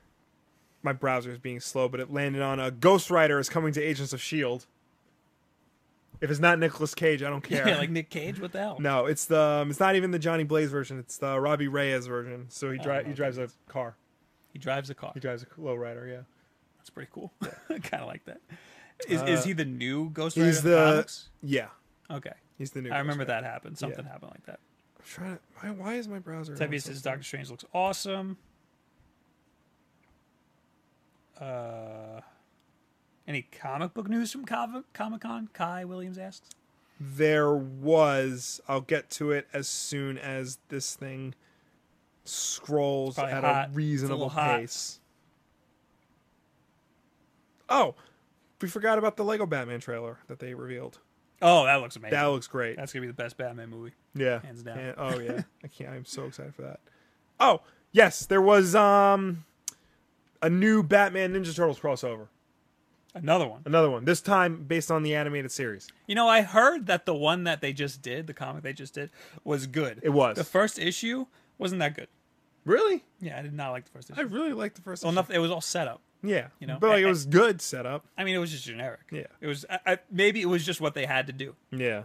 Speaker 1: My browser is being slow, but it landed on a Ghost Rider is coming to Agents of Shield. E If it's not Nicolas Cage, I don't care.
Speaker 2: Yeah, like Nick Cage. What the hell?
Speaker 1: no, it's the um, it's not even the Johnny Blaze version. It's the Robbie Reyes version. So he
Speaker 2: Oh,
Speaker 1: drives he drives a car.
Speaker 2: He drives a car.
Speaker 1: He drives a low rider. Yeah,
Speaker 2: That's pretty cool. I kind of like that. Is is he the new Ghost Rider?
Speaker 1: Uh, he's
Speaker 2: in
Speaker 1: the-
Speaker 2: comics?
Speaker 1: yeah.
Speaker 2: okay.
Speaker 1: He's the new.
Speaker 2: I remember
Speaker 1: Ghost Rider.
Speaker 2: that happened. Something happened like that.
Speaker 1: I'm trying to. Why, why is my browser? going
Speaker 2: Tevye
Speaker 1: so
Speaker 2: says
Speaker 1: slow?
Speaker 2: Doctor Strange looks awesome. Uh, any comic book news from Comic Con? Kai Williams asks.
Speaker 1: there was i'll get to it as soon as this thing scrolls
Speaker 2: probably
Speaker 1: at
Speaker 2: hot.
Speaker 1: a
Speaker 2: It's a
Speaker 1: reasonable
Speaker 2: little hot.
Speaker 1: pace oh we forgot about the lego batman trailer that they revealed
Speaker 2: Oh, that looks amazing.
Speaker 1: that looks great
Speaker 2: That's gonna be the best Batman movie.
Speaker 1: yeah
Speaker 2: hands down.
Speaker 1: And- oh yeah i can't i'm so excited for that oh yes there was um a new batman ninja turtles crossover
Speaker 2: Another one.
Speaker 1: another one this time based on the animated series
Speaker 2: You know, I heard that the one that they just did, the comic they just did, was good.
Speaker 1: it was
Speaker 2: The first issue wasn't that good.
Speaker 1: really
Speaker 2: Yeah, I did not like the first
Speaker 1: i
Speaker 2: issue.
Speaker 1: really liked the first
Speaker 2: Well,
Speaker 1: issue.
Speaker 2: nothing, it was all set up.
Speaker 1: yeah you
Speaker 2: know,
Speaker 1: but like
Speaker 2: I-
Speaker 1: it
Speaker 2: I-
Speaker 1: was good setup
Speaker 2: I mean, it was just generic.
Speaker 1: Yeah.
Speaker 2: It was I, I, maybe it was just what they had to do.
Speaker 1: yeah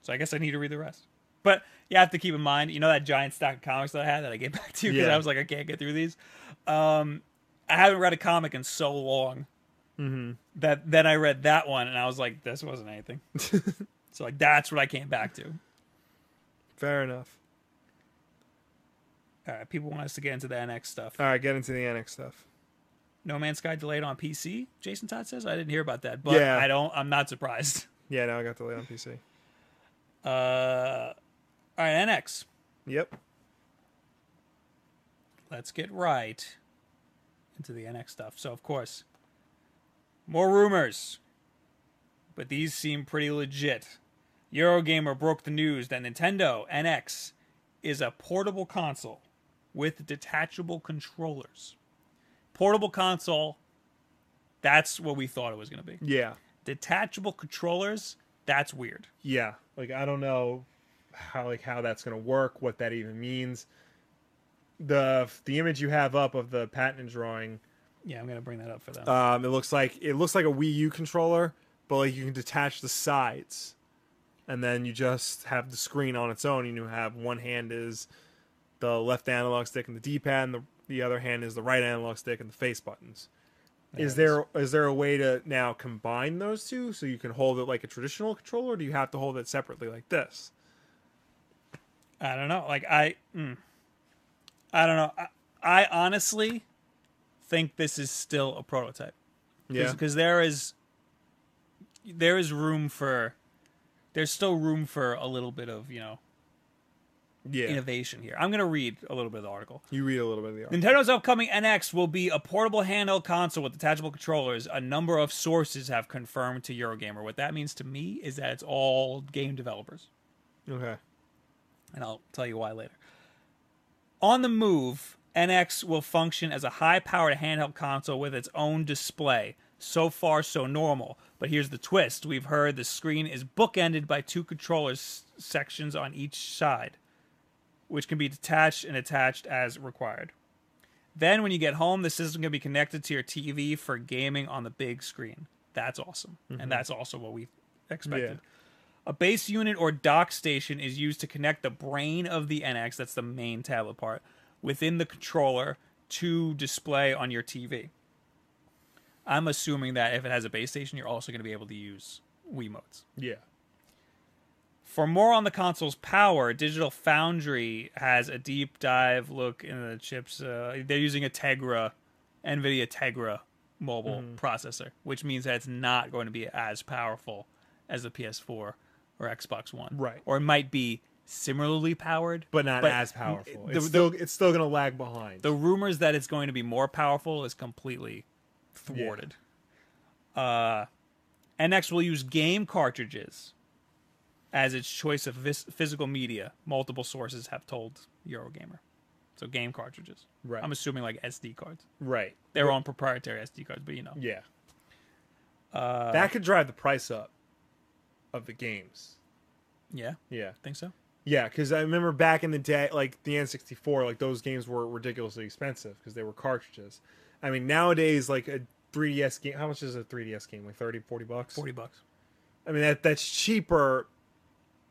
Speaker 2: So I guess I need to read the rest. But you have to keep in mind, you know that giant stack of comics that I had that I gave back to you because
Speaker 1: Yeah.
Speaker 2: I was like, I can't get through these. Um, I haven't read a comic in so long Mm-hmm. that then I read that one and I was like, this wasn't anything. so like that's what I came back to.
Speaker 1: Fair enough.
Speaker 2: All right, people want us to get into the NX stuff.
Speaker 1: All right, get into the annex stuff.
Speaker 2: No Man's Sky delayed on PC. Jason Todd says I didn't hear about that, but
Speaker 1: Yeah.
Speaker 2: I don't. I'm not surprised.
Speaker 1: Yeah, now I got delayed on PC.
Speaker 2: Uh, all right, NX.
Speaker 1: Yep.
Speaker 2: let's get right into the NX stuff. So, of course, more rumors, but these seem pretty legit. Eurogamer broke the news that Nintendo NX is a portable console with detachable controllers. Portable console, that's what we thought it was going to be.
Speaker 1: Yeah.
Speaker 2: Detachable controllers, That's weird.
Speaker 1: yeah like i don't know how like how that's going to work what that even means the the image you have up of the patent drawing
Speaker 2: Yeah, I'm gonna bring that up for them.
Speaker 1: um it looks like it looks like a wii u controller but like you can detach the sides and then you just have the screen on its own and you have one hand is the left analog stick and the d-pad and the, the other hand is the right analog stick and the face buttons Is
Speaker 2: it is.
Speaker 1: there is there a way to now combine those two so you can hold it like a traditional controller or do you have to hold it separately like this
Speaker 2: I don't know. Like I, mm. I don't know. I, I honestly think this is still a prototype.
Speaker 1: Yeah.
Speaker 2: because there is there is room for there's still room for a little bit of you know
Speaker 1: yeah.
Speaker 2: innovation here. I'm gonna read a little bit of the article.
Speaker 1: You read a little bit of the article.
Speaker 2: Nintendo's upcoming NX will be a portable handheld console with detachable controllers. A number of sources have confirmed to Eurogamer. What that means to me is that it's all game developers.
Speaker 1: Okay.
Speaker 2: and I'll tell you why later. On the move, NX will function as a high powered handheld console with its own display. So far, so normal. But here's the twist we've heard the screen is bookended by two controllers sections on each side, which can be detached and attached as required. Then, when you get home, the system can be connected to your TV for gaming on the big screen. That's awesome. And that's also what we expected. A base unit or dock station is used to connect the brain of the NX, that's the main tablet part, within the controller to display on your TV. I'm assuming that if it has a base station, you're also going to be able to use Wiimotes.
Speaker 1: Yeah.
Speaker 2: For more on the console's power, Digital Foundry has a deep dive look into the chips. Uh, they're using a Tegra, NVIDIA Tegra mobile processor, which means that it's not going to be as powerful as the PS4 or Xbox One.
Speaker 1: Right.
Speaker 2: Or it might be similarly powered,
Speaker 1: But not
Speaker 2: But
Speaker 1: as powerful.
Speaker 2: the-
Speaker 1: it's
Speaker 2: the-
Speaker 1: still it's still gonna lag behind.
Speaker 2: the rumors that it's going to be more powerful is completely thwarted. Uh, NX will use game cartridges as its choice of vis- physical media. Multiple sources have told Eurogamer, so game cartridges.
Speaker 1: Right.
Speaker 2: I'm assuming like SD cards,
Speaker 1: right.
Speaker 2: their own proprietary SD cards, but you know.
Speaker 1: Yeah. Uh, that could drive the price up of the games.
Speaker 2: Yeah,
Speaker 1: Yeah.
Speaker 2: think so.
Speaker 1: Yeah, because I remember back in the day, like the N64, like those games were ridiculously expensive because they were cartridges. I mean, nowadays, like a 3DS game, how much is a 3DS game? Like 30, 40 bucks?
Speaker 2: Forty bucks.
Speaker 1: I mean, that that's cheaper,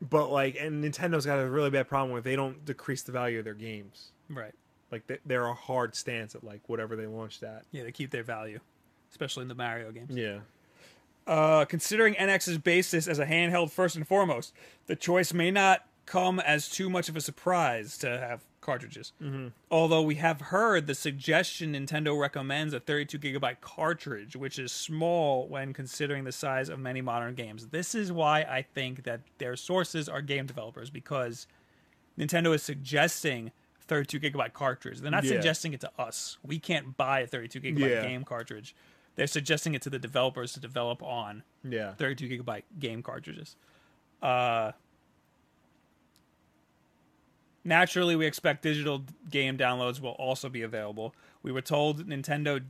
Speaker 1: but like, and Nintendo's got a really bad problem with they don't decrease the value of their games.
Speaker 2: Right.
Speaker 1: Like, they, they're a hard stance at like whatever they launched at.
Speaker 2: Yeah, they keep their value, especially in the Mario games.
Speaker 1: Yeah.
Speaker 2: Uh, considering NX's basis as a handheld first and foremost, the choice may not come as too much of a surprise to have cartridges. Although we have heard the suggestion Nintendo recommends a 32 gigabyte cartridge, which is small when considering the size of many modern games. This is why I think that their sources are game developers because Nintendo is suggesting 32 gigabyte cartridge. They're not
Speaker 1: Yeah.
Speaker 2: suggesting it to us. We can't buy a 32 gigabyte
Speaker 1: Yeah.
Speaker 2: game cartridge. They're suggesting it to the developers to develop on
Speaker 1: Yeah.
Speaker 2: 32 gigabyte game cartridges. Uh, naturally, we expect digital game downloads will also be available. We were told Nintendo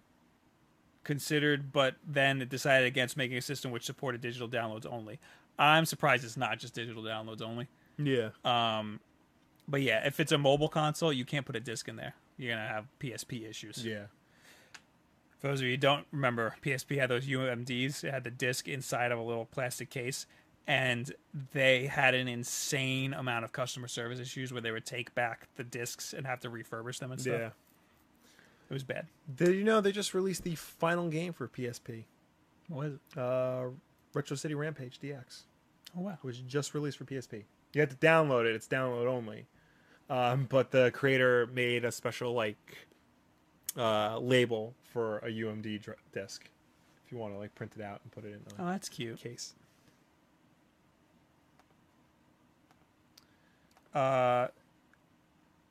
Speaker 2: considered, but then it decided against making a system which supported digital downloads only. I'm surprised it's not just digital downloads only.
Speaker 1: Yeah.
Speaker 2: But yeah, if it's a mobile console, you can't put a disc in there. You're gonna have PSP issues.
Speaker 1: yeah.
Speaker 2: For those of you who don't remember, PSP had those UMDs. It had the disc inside of a little plastic case, and they had an insane amount of customer service issues where they would take back the discs and have to refurbish them and stuff.
Speaker 1: Yeah.
Speaker 2: It was bad.
Speaker 1: Did you know they just released the final game for PSP?
Speaker 2: What was it?
Speaker 1: Uh, Retro City Rampage DX.
Speaker 2: Oh wow.
Speaker 1: which is just released for PSP. You have to download it; it's download only. Um, but the creator made a special like uh, label for a UMD dr- disc if you want to like print it out and put it in
Speaker 2: Oh,
Speaker 1: a
Speaker 2: that's cute.
Speaker 1: case.
Speaker 2: Uh,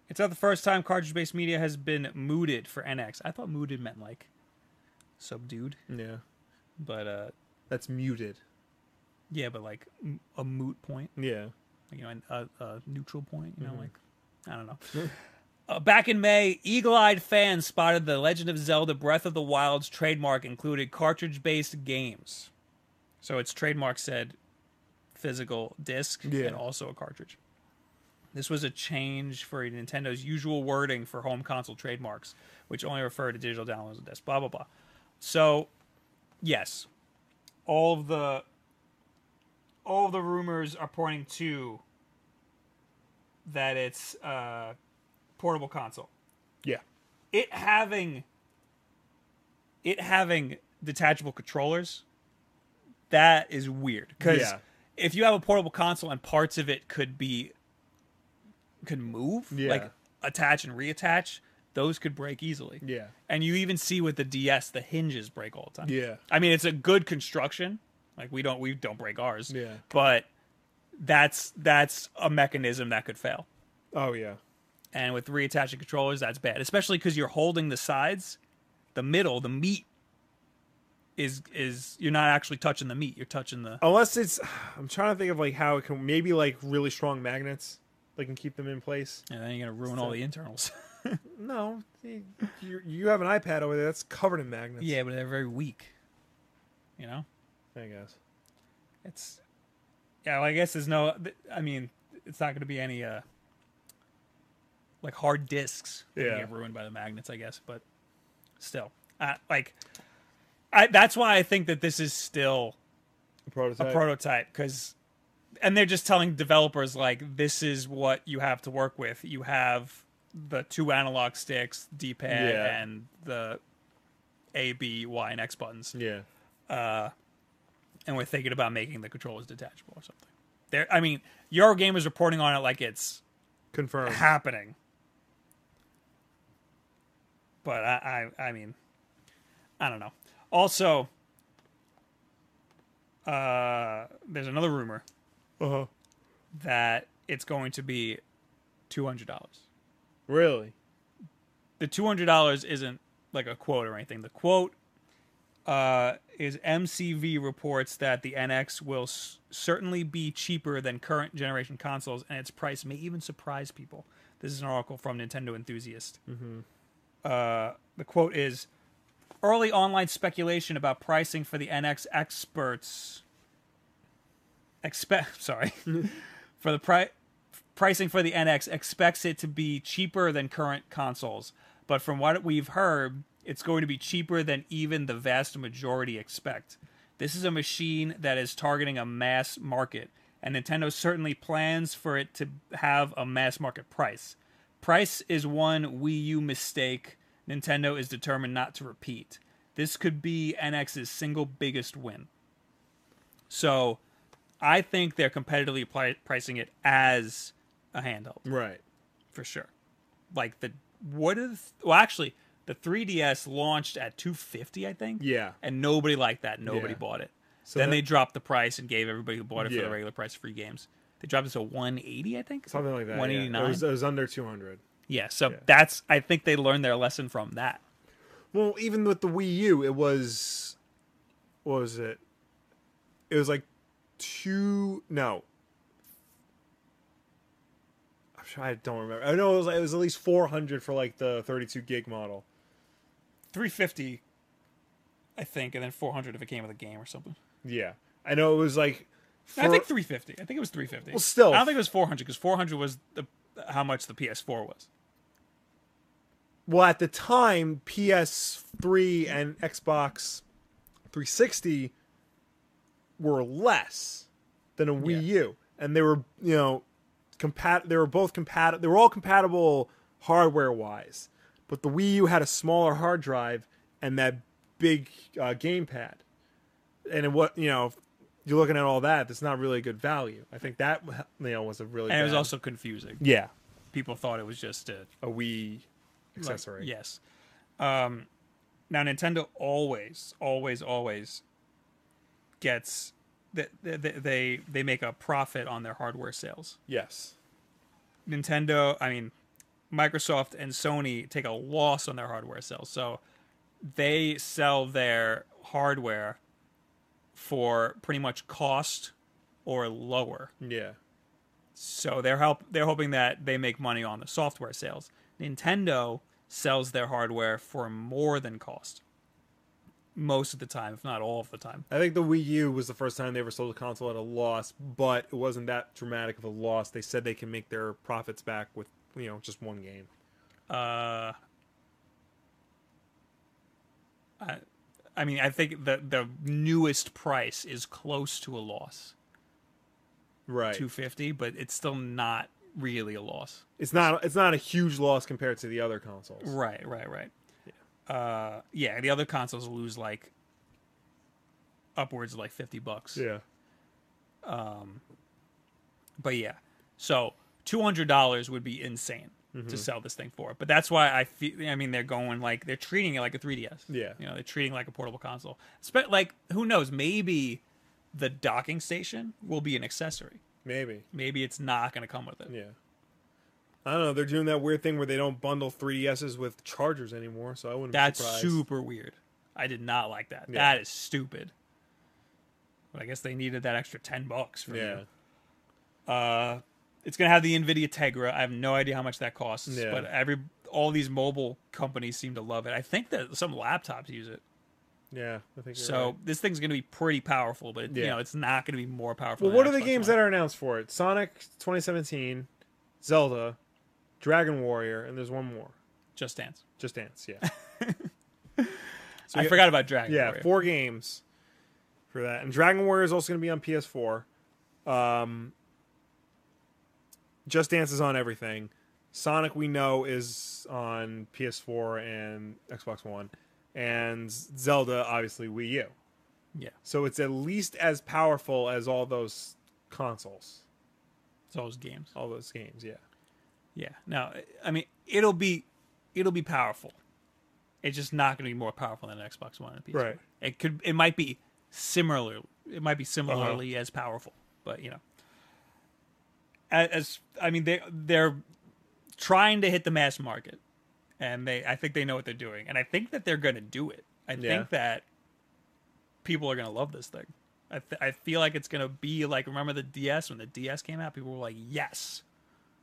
Speaker 2: it's not the first time cartridge-based media has been mooted for NX. I thought mooted meant like subdued,
Speaker 1: Yeah,
Speaker 2: but uh,
Speaker 1: that's muted.
Speaker 2: yeah, but like m- a moot point.
Speaker 1: Yeah,
Speaker 2: you know, an- a, a neutral point, you know, like I don't know. uh, back in May, eagle-eyed fans spotted the Legend of Zelda: Breath of the Wild's trademark included cartridge-based games. So its trademark said physical disc
Speaker 1: Yeah.
Speaker 2: and also a cartridge. This was a change for Nintendo's usual wording for home console trademarks, which only refer to digital downloads and discs, blah, blah, blah. So, yes, all of the all of the rumors are pointing to that it's a portable console
Speaker 1: Yeah.
Speaker 2: it having it having detachable controllers that is weird because
Speaker 1: Yeah.
Speaker 2: if you have a portable console and parts of it could be could move
Speaker 1: Yeah.
Speaker 2: like attach and reattach those could break easily
Speaker 1: Yeah.
Speaker 2: and you even see with the ds the hinges break all the time
Speaker 1: Yeah.
Speaker 2: i mean it's a good construction like we don't we don't break ours
Speaker 1: Yeah.
Speaker 2: but that's that's a mechanism that could fail
Speaker 1: Oh yeah.
Speaker 2: and with reattaching controllers, that's bad, especially because you're holding the sides, the middle, the meat is is you're not actually touching the meat. You're touching the
Speaker 1: Unless it's, I'm trying to think of like how it can maybe like really strong magnets that can keep them in place.
Speaker 2: and then you're gonna ruin all the internals.
Speaker 1: No, you, you you have an iPad over there that's covered in magnets.
Speaker 2: yeah, but they're very weak. You know,
Speaker 1: I guess.
Speaker 2: it's yeah. Well, I guess there's no. th- I mean, it's not gonna be any uh like hard discs. that
Speaker 1: Yeah.
Speaker 2: get ruined by the magnets, I guess. But still, I, like I that's why I think that this is still
Speaker 1: A prototype.
Speaker 2: a prototype because and they're just telling developers like this is what you have to work with you have the two analog sticks d-pad
Speaker 1: Yeah.
Speaker 2: and the a b y and x buttons
Speaker 1: yeah.
Speaker 2: and we're thinking about making the controllers detachable or something there i mean your game is reporting on it like it's
Speaker 1: Confirmed.
Speaker 2: happening but i i, I mean i don't know also uh there's another rumor
Speaker 1: Uh-huh.
Speaker 2: that it's going to be two hundred dollars.
Speaker 1: Really?
Speaker 2: The two hundred dollars isn't like a quote or anything. The quote uh, is MCV reports that the NX will s- certainly be cheaper than current generation consoles, and its price may even surprise people. This is an article from Nintendo Enthusiast. Uh, the quote is. Early online speculation about pricing for the NX experts expect sorry for the pri- pricing for the NX expects it to be cheaper than current consoles, but from what we've heard, it's going to be cheaper than even the vast majority expect. This is a machine that is targeting a mass market, and Nintendo certainly plans for it to have a mass market price. Price is one Wii U mistake Nintendo is determined not to repeat. This could be NX's single biggest win. So, I think they're competitively pri- pricing it as a handheld
Speaker 1: Right.
Speaker 2: for sure. Like the what is well actually the 3DS launched at 250 I think.
Speaker 1: Yeah.
Speaker 2: And nobody liked that. Nobody
Speaker 1: Yeah.
Speaker 2: bought it.
Speaker 1: So
Speaker 2: then
Speaker 1: that-
Speaker 2: they dropped the price and gave everybody who bought it for
Speaker 1: Yeah.
Speaker 2: the regular price free games. They dropped it to 180 I think.
Speaker 1: Something like that.
Speaker 2: 189.
Speaker 1: Yeah.
Speaker 2: Yeah,
Speaker 1: It, was, it was under 200.
Speaker 2: so that's I think they learned their lesson from that.
Speaker 1: Well, even with the Wii U, it was what was it? It was like two no. I'm sure I don't remember. I know it was it was at least 400 for like the 32 gig model.
Speaker 2: 350 I think and then 400 if it came with a game or something.
Speaker 1: Yeah. I know it was like
Speaker 2: I
Speaker 1: for-
Speaker 2: think 350. I think it was 350.
Speaker 1: Well, still.
Speaker 2: I don't think it was 400 because 400 was the, how much the PS4 was.
Speaker 1: well at the time PS3 and Xbox 360 were less than a Wii
Speaker 2: Yeah.
Speaker 1: U, and they were you know compat they were both compatible they were all compatible hardware wise, but the Wii U had a smaller hard drive and that big uh, gamepad, and it, what you know. if You're looking at all that. That's not really a good value. I think that you know was a really.
Speaker 2: And it was
Speaker 1: bad-
Speaker 2: also confusing.
Speaker 1: yeah
Speaker 2: People thought it was just a
Speaker 1: a Wii
Speaker 2: like,
Speaker 1: accessory.
Speaker 2: yes. Um, now Nintendo always, always, always gets they, they they they make a profit on their hardware sales.
Speaker 1: Yes.
Speaker 2: Nintendo, I mean, Microsoft and Sony take a loss on their hardware sales. So they sell their hardware for pretty much cost or lower.
Speaker 1: Yeah.
Speaker 2: So they're help they're hoping that they make money on the software sales. Nintendo sells their hardware for more than cost. most of the time, if not all of the time.
Speaker 1: I think the Wii U was the first time they ever sold a console at a loss, but it wasn't that dramatic of a loss. They said they can make their profits back with you know just one game.
Speaker 2: Uh, I, I mean, I think the the newest price is close to a loss,
Speaker 1: Right.
Speaker 2: two fifty, but it's still not really a loss.
Speaker 1: It's not it's not a huge loss compared to the other consoles.
Speaker 2: Right, right, right. Uh, yeah, the other consoles lose like upwards of like fifty bucks.
Speaker 1: Yeah.
Speaker 2: But yeah, so two hundred dollars would be insane
Speaker 1: Mm-hmm.
Speaker 2: to sell this thing for. But that's why I feel. I mean, they're going like they're treating it like a 3ds.
Speaker 1: Yeah.
Speaker 2: you know, they're treating it like a portable console. Spe- like who knows? Maybe the docking station will be an accessory.
Speaker 1: Maybe.
Speaker 2: Maybe it's not going to come with it.
Speaker 1: Yeah. I don't know. They're doing that weird thing where they don't bundle 3DSs with chargers anymore, so I wouldn't
Speaker 2: That's
Speaker 1: be surprised.
Speaker 2: super weird. I did not like that.
Speaker 1: Yeah.
Speaker 2: That is stupid. But I guess they needed that extra ten bucks for
Speaker 1: Yeah.
Speaker 2: you. Uh, it's gonna have the Nvidia Tegra. I have no idea how much that costs,
Speaker 1: Yeah.
Speaker 2: but every all these mobile companies seem to love it. I think that some laptops use it.
Speaker 1: Yeah. I think you're
Speaker 2: so
Speaker 1: right.
Speaker 2: this thing's gonna be pretty powerful, but it, you
Speaker 1: Yeah.
Speaker 2: know it's not gonna be more powerful.
Speaker 1: Well, what are the games that are announced for it? Sonic 2017, Zelda, Dragon Warrior, and there's one more.
Speaker 2: Just Dance?
Speaker 1: Just Dance, yeah. So
Speaker 2: I
Speaker 1: yeah-
Speaker 2: forgot about Dragon.
Speaker 1: Yeah,
Speaker 2: Warrior.
Speaker 1: four games for that. And Dragon Warrior is also going to be on PS4. Um, Just Dance is on everything. Sonic we know is on PS4 and Xbox One, and Zelda obviously Wii U.
Speaker 2: yeah.
Speaker 1: So it's at least as powerful as all those consoles,
Speaker 2: It's all those games.
Speaker 1: all those games. Yeah,
Speaker 2: Yeah. No, I mean it'll be it'll be powerful. It's just not going to be more powerful than an Xbox One and a PS4.
Speaker 1: Right.
Speaker 2: It could it might be similar it might be similarly
Speaker 1: Uh-huh.
Speaker 2: as powerful, but you know. As, as I mean they they're trying to hit the mass market and they I think they know what they're doing and I think that they're going to do it. I
Speaker 1: Yeah.
Speaker 2: think that people are going to love this thing. I th- I feel like it's going to be like remember the DS when the DS came out people were like, "Yes."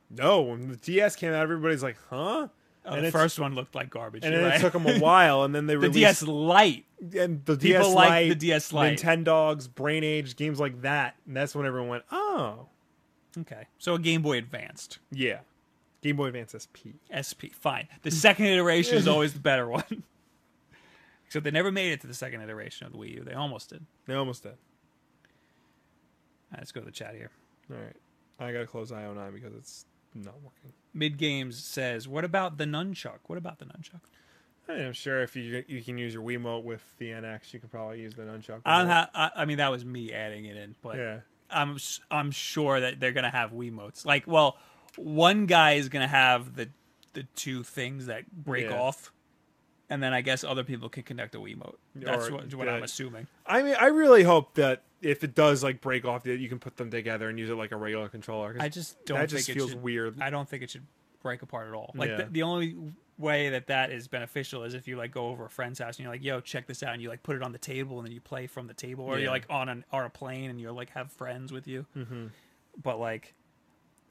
Speaker 1: no. When the DS came out, everybody's like, "Huh?"
Speaker 2: Oh,
Speaker 1: and
Speaker 2: the
Speaker 1: it's-
Speaker 2: first one looked like garbage.
Speaker 1: and
Speaker 2: you're
Speaker 1: then
Speaker 2: right.
Speaker 1: it took them a while, and then they
Speaker 2: the
Speaker 1: released
Speaker 2: DS Lite.
Speaker 1: and the
Speaker 2: People
Speaker 1: DS
Speaker 2: like
Speaker 1: Lite,
Speaker 2: the DS Lite.
Speaker 1: Nintendogs, Brain Age, games like that. And that's when everyone went, oh,
Speaker 2: Okay, so a Game Boy Advanced
Speaker 1: yeah, Game Boy Advance SP.
Speaker 2: SP. Fine. The second iteration is always the better one. Except they never made it to the second iteration of the Wii U. They almost did.
Speaker 1: They almost did.
Speaker 2: All right, let's go to the chat here.
Speaker 1: All right, I gotta close IO9 because it's not working.
Speaker 2: Mid Games says, "What about the nunchuck? What about the nunchuck?
Speaker 1: I'm sure if you you can use your Wiimote with the NX, you can probably use the nunchuck.
Speaker 2: I, don't
Speaker 1: remote.
Speaker 2: ha- I, I mean, that was me adding it in, but
Speaker 1: yeah,
Speaker 2: I'm s- I'm sure that they're gonna have Wiimotes. Like, well, one guy is gonna have the the two things that break
Speaker 1: Yeah.
Speaker 2: off, and then I guess other people can connect a Wiimote. That's
Speaker 1: Or
Speaker 2: what, what
Speaker 1: the-
Speaker 2: I'm assuming.
Speaker 1: I mean, I really hope that if it does like break off, that you can put them together and use it like a regular controller. 'cause
Speaker 2: I just don't
Speaker 1: that
Speaker 2: think
Speaker 1: just
Speaker 2: it
Speaker 1: feels
Speaker 2: should,
Speaker 1: weird.
Speaker 2: I don't think it should break apart at all. Like
Speaker 1: Yeah.
Speaker 2: the, the only way that that is beneficial is if you like go over a friend's house and you're like, "Yo, check this out," and you like put it on the table and then you play from the table, or
Speaker 1: Yeah.
Speaker 2: you're like on an on a plane and you're like have friends with you. Mm-hmm. But like,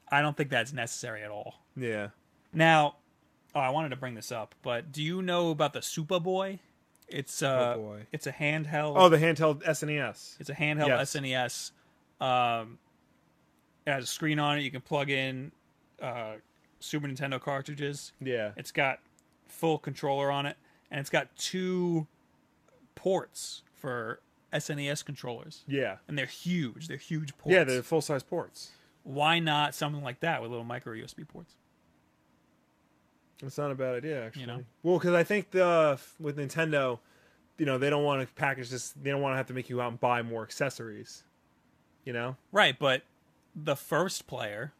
Speaker 2: I don't think that's necessary at all.
Speaker 1: yeah,
Speaker 2: Now, oh, I wanted to bring this up, but do you know about the Superboy? It's uh,
Speaker 1: boy.
Speaker 2: it's a handheld.
Speaker 1: oh, the handheld SNES.
Speaker 2: it's a handheld
Speaker 1: Yes.
Speaker 2: SNES. Um, it has a screen on it. You can plug in uh, Super Nintendo cartridges.
Speaker 1: Yeah,
Speaker 2: It's got full controller on it, and it's got two ports for SNES controllers,
Speaker 1: yeah,
Speaker 2: and they're huge. They're huge ports.
Speaker 1: yeah. They're full size ports.
Speaker 2: Why not something like that with little micro USB ports?
Speaker 1: It's not a bad idea, actually.
Speaker 2: know?
Speaker 1: Well, because I think the uh, with Nintendo, you know, they don't want to package this. They don't want to have to make you out and buy more accessories. You know,
Speaker 2: Right, but the first player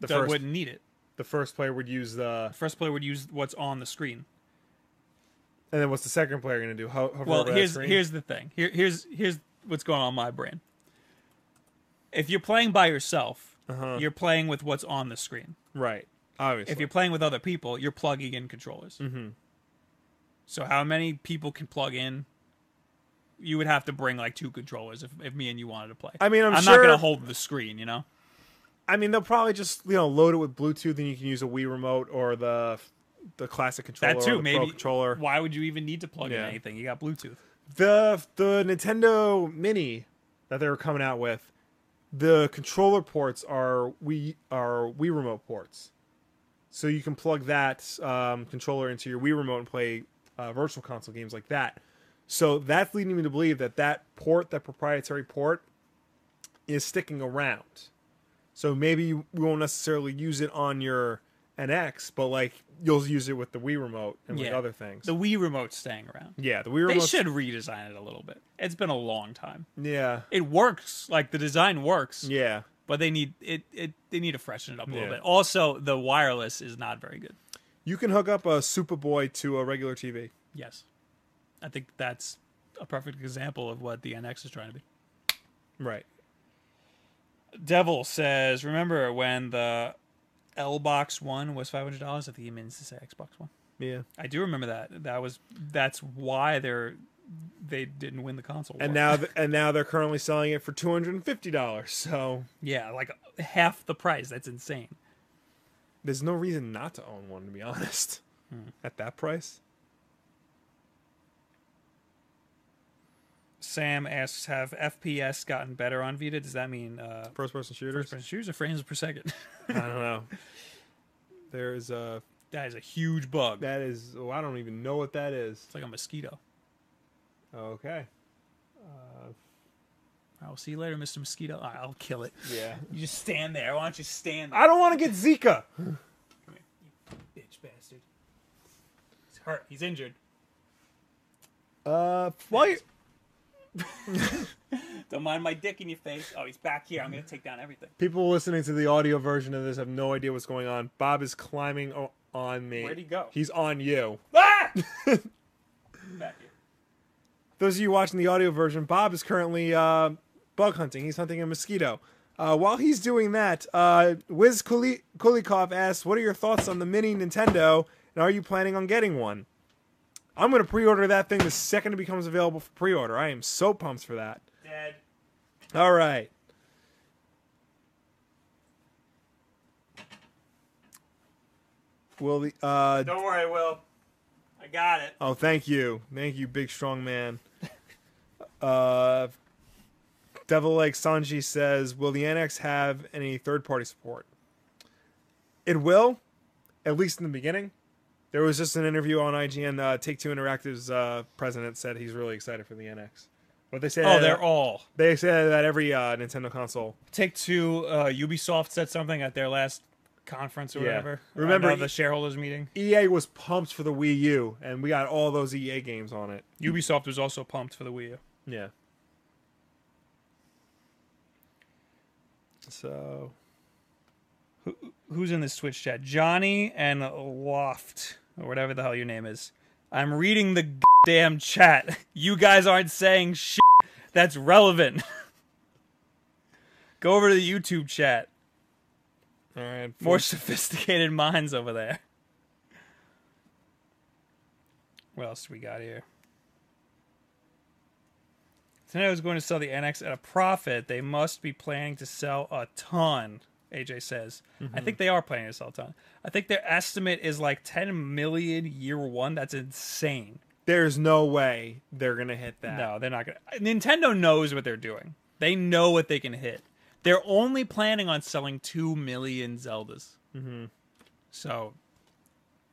Speaker 1: the
Speaker 2: that
Speaker 1: first
Speaker 2: wouldn't need it.
Speaker 1: the first player would use the,
Speaker 2: first player would use what's on the screen.
Speaker 1: and then what's the second player going to do? Ho- hover
Speaker 2: Well,
Speaker 1: over that
Speaker 2: here's
Speaker 1: screen?
Speaker 2: here's the thing. Here here's here's what's going on in my brain. If you're playing by yourself,
Speaker 1: Uh-huh.
Speaker 2: you're playing with what's on the screen.
Speaker 1: right, obviously.
Speaker 2: If you're playing with other people, you're plugging in controllers. Mm-hmm. So how many people can plug in? You would have to bring like two controllers if, if me and you wanted to play.
Speaker 1: I mean, I'm
Speaker 2: I'm not
Speaker 1: sure-
Speaker 2: gonna hold the screen, you know.
Speaker 1: I mean, they'll probably just you know load it with Bluetooth, and you can use a Wii remote or the the classic controller,
Speaker 2: That
Speaker 1: or
Speaker 2: too,
Speaker 1: the
Speaker 2: maybe.
Speaker 1: Pro controller.
Speaker 2: Why would you even need to plug
Speaker 1: Yeah.
Speaker 2: in anything? You got Bluetooth.
Speaker 1: The the Nintendo Mini that they were coming out with, the controller ports are we are Wii remote ports, so you can plug that um, controller into your Wii remote and play uh, virtual console games like that. So that's leading me to believe that that port, that proprietary port, is sticking around. So maybe you we won't necessarily use it on your NX, but like you'll use it with the Wii remote and like
Speaker 2: Yeah.
Speaker 1: other things.
Speaker 2: The Wii remote's staying around.
Speaker 1: yeah, the Wii
Speaker 2: They
Speaker 1: remote.
Speaker 2: should redesign it a little bit. It's been a long time.
Speaker 1: Yeah,
Speaker 2: It works, like the design works,
Speaker 1: yeah.
Speaker 2: but they need it, it. They need to freshen it up a
Speaker 1: Yeah.
Speaker 2: little bit. Also, the wireless is not very good.
Speaker 1: You can hook up a Superboy to a regular TV.
Speaker 2: Yes, I think that's a perfect example of what the NX is trying to be.
Speaker 1: Right.
Speaker 2: Devil says, "Remember when the L Box One was five hundred dollars? I think he means to say Xbox One.
Speaker 1: Yeah.
Speaker 2: I do remember that. That was that's why they're they didn't win the console.
Speaker 1: And
Speaker 2: war.
Speaker 1: now th- and now they're currently selling it for two hundred and fifty dollars. So
Speaker 2: yeah, like half the price. That's insane.
Speaker 1: there's no reason not to own one, to be honest. At that price.
Speaker 2: Sam asks, "Have FPS gotten better on Vita? Does that mean uh,
Speaker 1: First person shooters.
Speaker 2: shoes or frames per second?
Speaker 1: I don't know. There's a
Speaker 2: that is a huge bug.
Speaker 1: that is oh, I don't even know what that is.
Speaker 2: It's like a mosquito.
Speaker 1: Okay.
Speaker 2: I will see you later, Mister Mosquito. All right, I'll kill it.
Speaker 1: Yeah.
Speaker 2: You just stand there. Why don't you stand there,
Speaker 1: I don't want to get Zika.
Speaker 2: bitch bastard? He's hurt. He's injured.
Speaker 1: Uh, why?
Speaker 2: Don't mind my dick in your face. Oh, he's back here. I'm gonna take down everything.
Speaker 1: People listening to the audio version of this have no idea what's going on. Bob is climbing o- on me.
Speaker 2: Where'd he go?
Speaker 1: He's on you.
Speaker 2: Ah! back here.
Speaker 1: those of you watching the audio version, Bob is currently uh, bug hunting. He's hunting a mosquito. Uh, while he's doing that, uh, Wiz Kuli- Kulikov asks, "What are your thoughts on the mini Nintendo, and are you planning on getting one?" I'm going to pre-order that thing the second it becomes available for pre-order. I am so pumped for that.
Speaker 2: Dead.
Speaker 1: All right. Will the uh,
Speaker 2: Don't worry, Will. I got it.
Speaker 1: Oh, thank you, thank you, big strong man. Uh, Devil Lake Sanji says, "Will the NX have any third-party support?" It will, at least in the beginning. There was just an interview on IGN. Uh, Take Two Interactive's uh, president said he's really excited for the NX. But they say
Speaker 2: Oh,
Speaker 1: that-
Speaker 2: they're all.
Speaker 1: they say that every uh, Nintendo console.
Speaker 2: Take two. Uh, Ubisoft said something at their last conference or
Speaker 1: Yeah.
Speaker 2: whatever.
Speaker 1: Remember-
Speaker 2: I know the shareholders meeting.
Speaker 1: EA E was pumped for the Wii U, and we got all those EA games on it.
Speaker 2: Ubisoft was also pumped for the Wii U.
Speaker 1: Yeah. So
Speaker 2: Who's in this Twitch chat? Johnny and Loft or whatever the hell your name is. I'm reading the damn chat. You guys aren't saying shit that's relevant. Go over to the YouTube chat.
Speaker 1: All right.
Speaker 2: More sophisticated minds over there. What else do we got here? Nintendo's going to sell the NX at a profit. They must be planning to sell a ton, AJ says. I think they are planning to sell a ton. I think their estimate is like 10 million year one. That's insane.
Speaker 1: There's no way they're gonna hit that.
Speaker 2: No, they're not going to. Nintendo knows what they're doing, they know what they can hit. They're only planning on selling 2 million Zeldas. Mm-hmm. So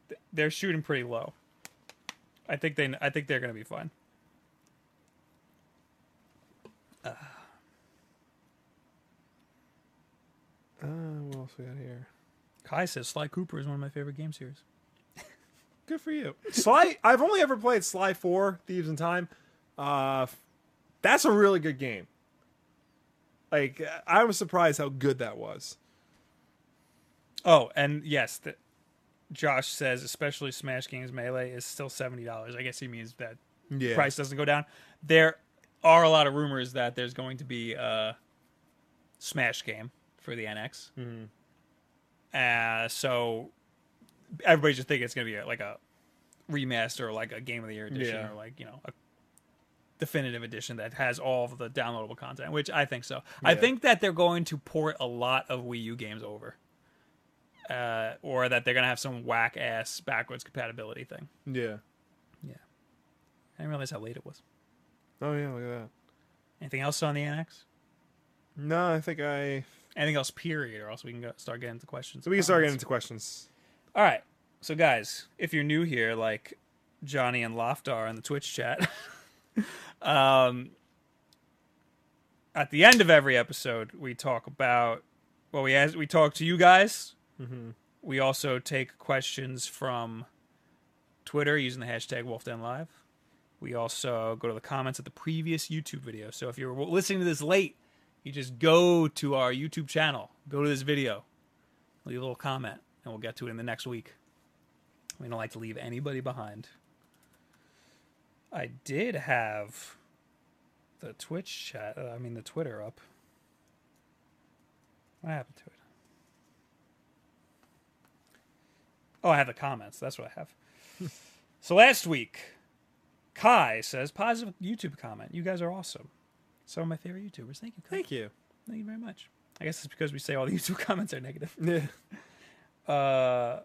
Speaker 2: th- they're shooting pretty low. I think they. I think they're going to be fine.
Speaker 1: Uh, what else we got here?
Speaker 2: Kai says Sly Cooper is one of my favorite game series.
Speaker 1: Good for you. Sly. I've only ever played Sly Four: Thieves in Time. Uh, that's a really good game. Like I was surprised how good that was.
Speaker 2: Oh, and yes, the, Josh says especially Smash Games Melee is still seventy dollars. I guess he means that
Speaker 1: Yeah.
Speaker 2: price doesn't go down. There are a lot of rumors that there's going to be a Smash game for the NX.
Speaker 1: Mm-hmm.
Speaker 2: Uh, so everybody just think it's going to be like a remaster or like a Game of the Year edition
Speaker 1: Yeah.
Speaker 2: or like, you know, a definitive edition that has all of the downloadable content, which I think so. I
Speaker 1: Yeah.
Speaker 2: think that they're going to port a lot of Wii U games over. uh, or that they're gonna have some whack ass backwards compatibility thing.
Speaker 1: Yeah.
Speaker 2: I didn't realize how late it was.
Speaker 1: Oh yeah, look at that.
Speaker 2: Anything else on the annex?
Speaker 1: No, I think I.
Speaker 2: Anything else? Period, or else we can go, start getting into questions.
Speaker 1: So we can start getting into questions.
Speaker 2: All right. So guys, if you're new here, like Johnny and Loft are in the Twitch chat, um, at the end of every episode, we talk about well, we as we talk to you guys.
Speaker 1: Mm-hmm.
Speaker 2: We also take questions from Twitter using the hashtag WolfDenLive. We also go to the comments of the previous YouTube video. So if you're listening to this late, you just go to our YouTube channel, go to this video, leave a little comment, and we'll get to it in the next week. We don't like to leave anybody behind. I did have the Twitch chat, uh, I mean, the Twitter up. What happened to it? Oh, I have the comments. That's what I have. so last week, Kai says positive YouTube comment. You guys are awesome. Some of my favorite YouTubers. Thank you, Kai.
Speaker 1: Thank you.
Speaker 2: Thank you very much. I guess it's because we say all the YouTube comments are negative.
Speaker 1: Yeah.
Speaker 2: Uh,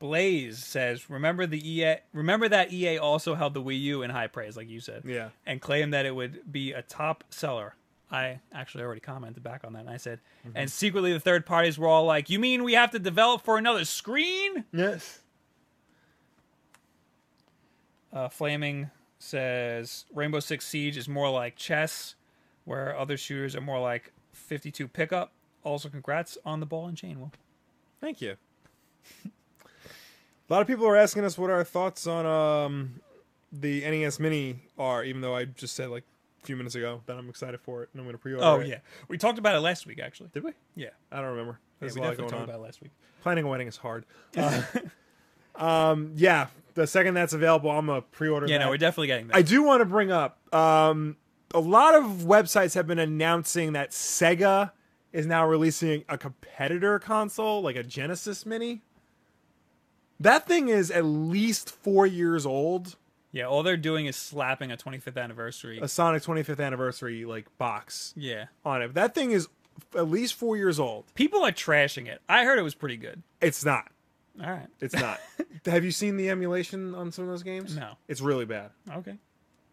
Speaker 2: Blaze says, "Remember the EA. Remember that EA also held the Wii U in high praise, like you said,
Speaker 1: Yeah.
Speaker 2: and claimed that it would be a top seller." I actually already commented back on that, and I said, "And secretly, the third parties were all like, you mean we have to develop for another screen?'"
Speaker 1: Yes.
Speaker 2: Uh, Flaming says Rainbow Six Siege is more like chess, where other shooters are more like 52 pickup. Also, congrats on the ball and chain. Will
Speaker 1: Thank you. A lot of people are asking us what our thoughts on um, the NES Mini are, even though I just said like a few minutes ago that I'm excited for it and I'm going to pre-order.
Speaker 2: oh
Speaker 1: it.
Speaker 2: yeah, we talked about it last week actually.
Speaker 1: Did we?
Speaker 2: Yeah,
Speaker 1: I don't remember.
Speaker 2: yeah
Speaker 1: There's
Speaker 2: we
Speaker 1: a lot
Speaker 2: definitely
Speaker 1: going
Speaker 2: talked
Speaker 1: on.
Speaker 2: about it last week.
Speaker 1: Planning a wedding is hard. Uh, um, yeah. The second that's available, I'm gonna pre-order.
Speaker 2: Yeah,
Speaker 1: that.
Speaker 2: no, we're definitely getting that.
Speaker 1: I do want to bring up um, a lot of websites have been announcing that Sega is now releasing a competitor console, like a Genesis Mini. That thing is at least four years old.
Speaker 2: yeah, all they're doing is slapping a 25th anniversary.
Speaker 1: A Sonic 25th anniversary like box
Speaker 2: yeah,
Speaker 1: on it. That thing is at least four years old.
Speaker 2: people are trashing it. I heard it was pretty good.
Speaker 1: It's not.
Speaker 2: All right,
Speaker 1: It's not. have you seen the emulation on some of those games?
Speaker 2: No.
Speaker 1: It's really bad.
Speaker 2: okay.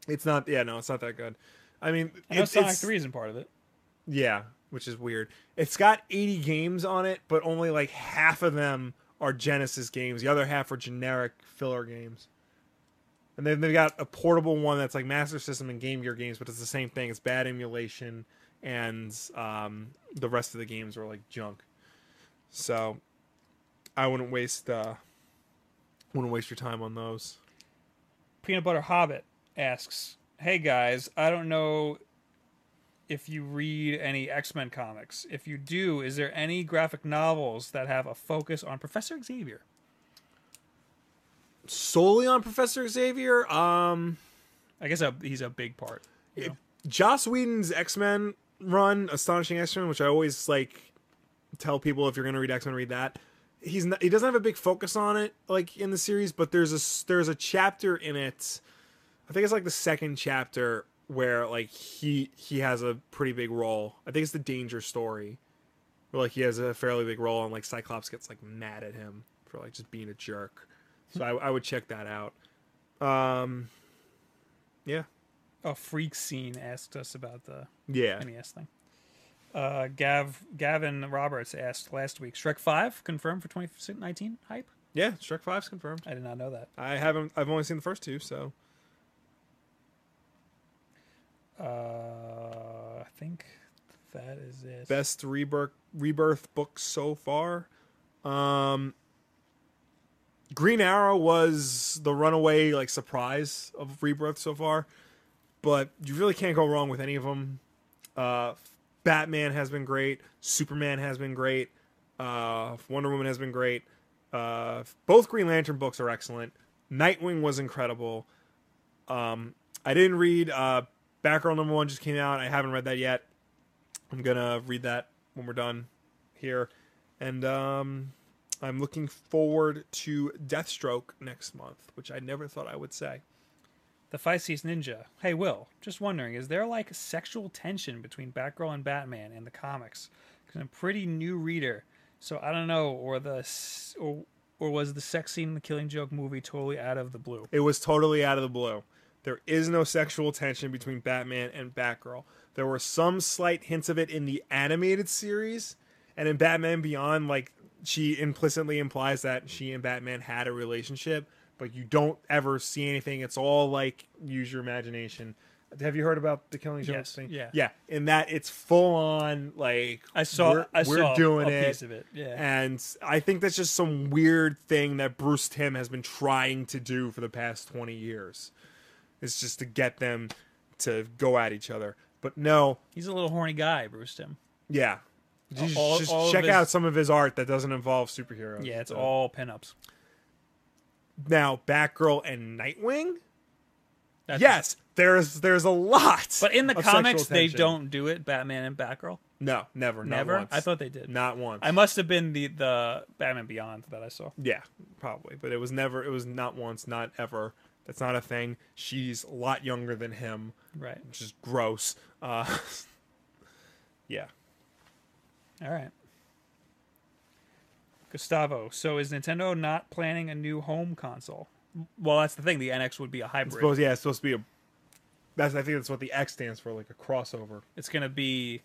Speaker 1: It's not. Yeah, no, it's not that good. I mean,
Speaker 2: I know
Speaker 1: it-
Speaker 2: Sonic
Speaker 1: it's-
Speaker 2: Three isn't part of it.
Speaker 1: Yeah, which is weird. It's got 80 games on it, but only like half of them are Genesis games. The other half are generic filler games. And then they've got a portable one that's like Master System and Game Gear games, but it's the same thing. It's bad emulation, and um, the rest of the games are like junk. So I wouldn't waste uh, wouldn't waste your time on those.
Speaker 2: Peanut Butter Hobbit asks, "Hey guys, I don't know if you read any X-Men comics. If you do, is there any graphic novels that have a focus on Professor Xavier?"
Speaker 1: Solely on Professor Xavier, um,
Speaker 2: I guess a, he's a big part. you know?
Speaker 1: Joss Whedon's X Men run, Astonishing X Men, which I always like tell people if you're gonna read X Men, read that. He's not, he doesn't have a big focus on it like in the series, but there's a s- there's a chapter in it. I think it's like the second chapter where like he he has a pretty big role. I think it's the Danger story, where like he has a fairly big role and like Cyclops gets like mad at him for like just being a jerk. So I, I would check that out. Um, yeah,
Speaker 2: A freak scene asked us about the
Speaker 1: yeah.
Speaker 2: NES E thing. Uh, Gav Gavin Roberts asked last week, "Shrek Five confirmed for 2019 hype."
Speaker 1: Yeah, Shrek Five's confirmed.
Speaker 2: I did not know that.
Speaker 1: I haven't. I've only seen the first two, so
Speaker 2: Uh, I think that is it.
Speaker 1: best rebirth rebirth book so far. Um, Green Arrow was the runaway like surprise of rebirth so far, but you really can't go wrong with any of them. Uh, Batman has been great. Superman has been great. Uh, Wonder Woman has been great. Uh, both Green Lantern books are excellent. Nightwing was incredible. Um, I didn't read uh, Batgirl number one just came out. I haven't read that yet. I'm gonna read that when we're done here, and um, I'm looking forward to Deathstroke next month, which I never thought I would say.
Speaker 2: The Feisties Ninja. Hey, Will, just wondering, is there like sexual tension between Batgirl and Batman in the comics? Because I'm a pretty new reader, So I don't know, or the s- or or was the sex scene in the Killing Joke movie totally out of the blue?
Speaker 1: It was totally out of the blue. There is no sexual tension between Batman and Batgirl. There were some slight hints of it in the animated series and in Batman Beyond like she implicitly implies that she and Batman had a relationship, but you don't ever see anything. It's all like use your imagination. Have you heard about the Killing Joke
Speaker 2: Yes,
Speaker 1: thing?
Speaker 2: yeah.
Speaker 1: Yeah, in that it's full on like
Speaker 2: I saw
Speaker 1: we're,
Speaker 2: I
Speaker 1: we're
Speaker 2: saw
Speaker 1: doing
Speaker 2: a
Speaker 1: it.
Speaker 2: piece of it. Yeah.
Speaker 1: And I think that's just some weird thing that Bruce Tim has been trying to do for the past 20 years. It's just to get them to go at each other. But no,
Speaker 2: He's a little horny guy, Bruce Tim.
Speaker 1: yeah. Just,
Speaker 2: All-
Speaker 1: just
Speaker 2: all of
Speaker 1: check
Speaker 2: his-
Speaker 1: out some of his art that doesn't involve superheroes.
Speaker 2: Yeah, it's
Speaker 1: So-
Speaker 2: all pinups.
Speaker 1: Now, Batgirl and Nightwing?
Speaker 2: That's
Speaker 1: Yes, there's there's a lot.
Speaker 2: But in the
Speaker 1: of sexual
Speaker 2: comics, they
Speaker 1: tension.
Speaker 2: don't do it. Batman and Batgirl,
Speaker 1: No, never.
Speaker 2: never.
Speaker 1: Not once.
Speaker 2: I thought they did.
Speaker 1: Not once.
Speaker 2: I must have been the the Batman Beyond that I saw.
Speaker 1: Yeah, probably. But it was never. It was not once. Not ever. That's not a thing. She's a lot younger than him,
Speaker 2: Right.
Speaker 1: which is gross. Uh, yeah.
Speaker 2: All right. Gustavo, so is Nintendo not planning a new home console? Well, that's the thing. The NX would be a hybrid.
Speaker 1: It's supposed. Yeah, it's supposed to be a. That's. I think that's what the X stands for, like a crossover.
Speaker 2: it's going to be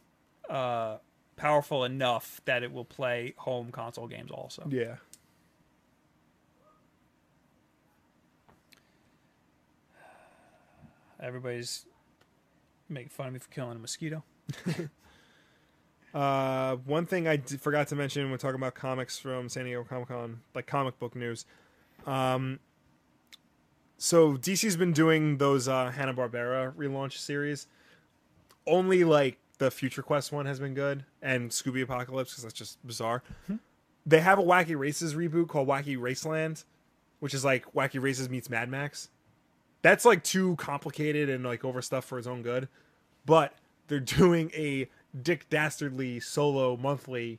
Speaker 2: uh, powerful enough that it will play home console games also.
Speaker 1: Yeah.
Speaker 2: Everybody's making fun of me for killing a mosquito.
Speaker 1: Uh, one thing I d- forgot to mention when talking about comics from San Diego Comic Con, like comic book news. Um, so DC's been doing those uh, Hanna Barbera relaunch series. Only like the Future Quest one has been good, and Scooby Apocalypse because that's just bizarre. They have a Wacky Races reboot called Wacky Raceland, which is like Wacky Races meets Mad Max. That's like too complicated and like overstuffed for its own good but they're doing a Dick Dastardly solo monthly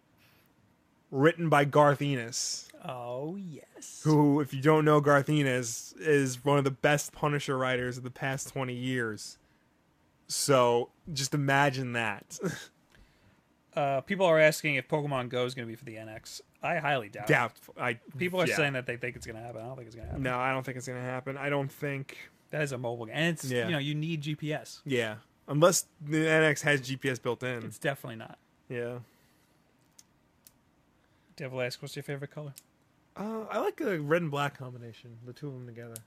Speaker 1: written by Garth Ennis,
Speaker 2: Oh, yes.
Speaker 1: who, if you don't know Garth Ennis, is one of the best Punisher writers of the past 20 years. So just imagine that.
Speaker 2: Uh, people are asking if Pokemon Go is going to be for the NX. I highly doubt it.
Speaker 1: Doubt I
Speaker 2: People are
Speaker 1: yeah.
Speaker 2: saying that they think it's going to happen. I don't think it's going to happen.
Speaker 1: no, I don't think it's gonna happen. I don't think.
Speaker 2: That is a mobile game. And it's,
Speaker 1: Yeah.
Speaker 2: you know, you need GPS.
Speaker 1: Yeah, unless the NX has GPS built in.
Speaker 2: It's definitely not.
Speaker 1: Yeah,
Speaker 2: Devil asks, what's your favorite color?
Speaker 1: uh, I like the red and black combination, the two of them together.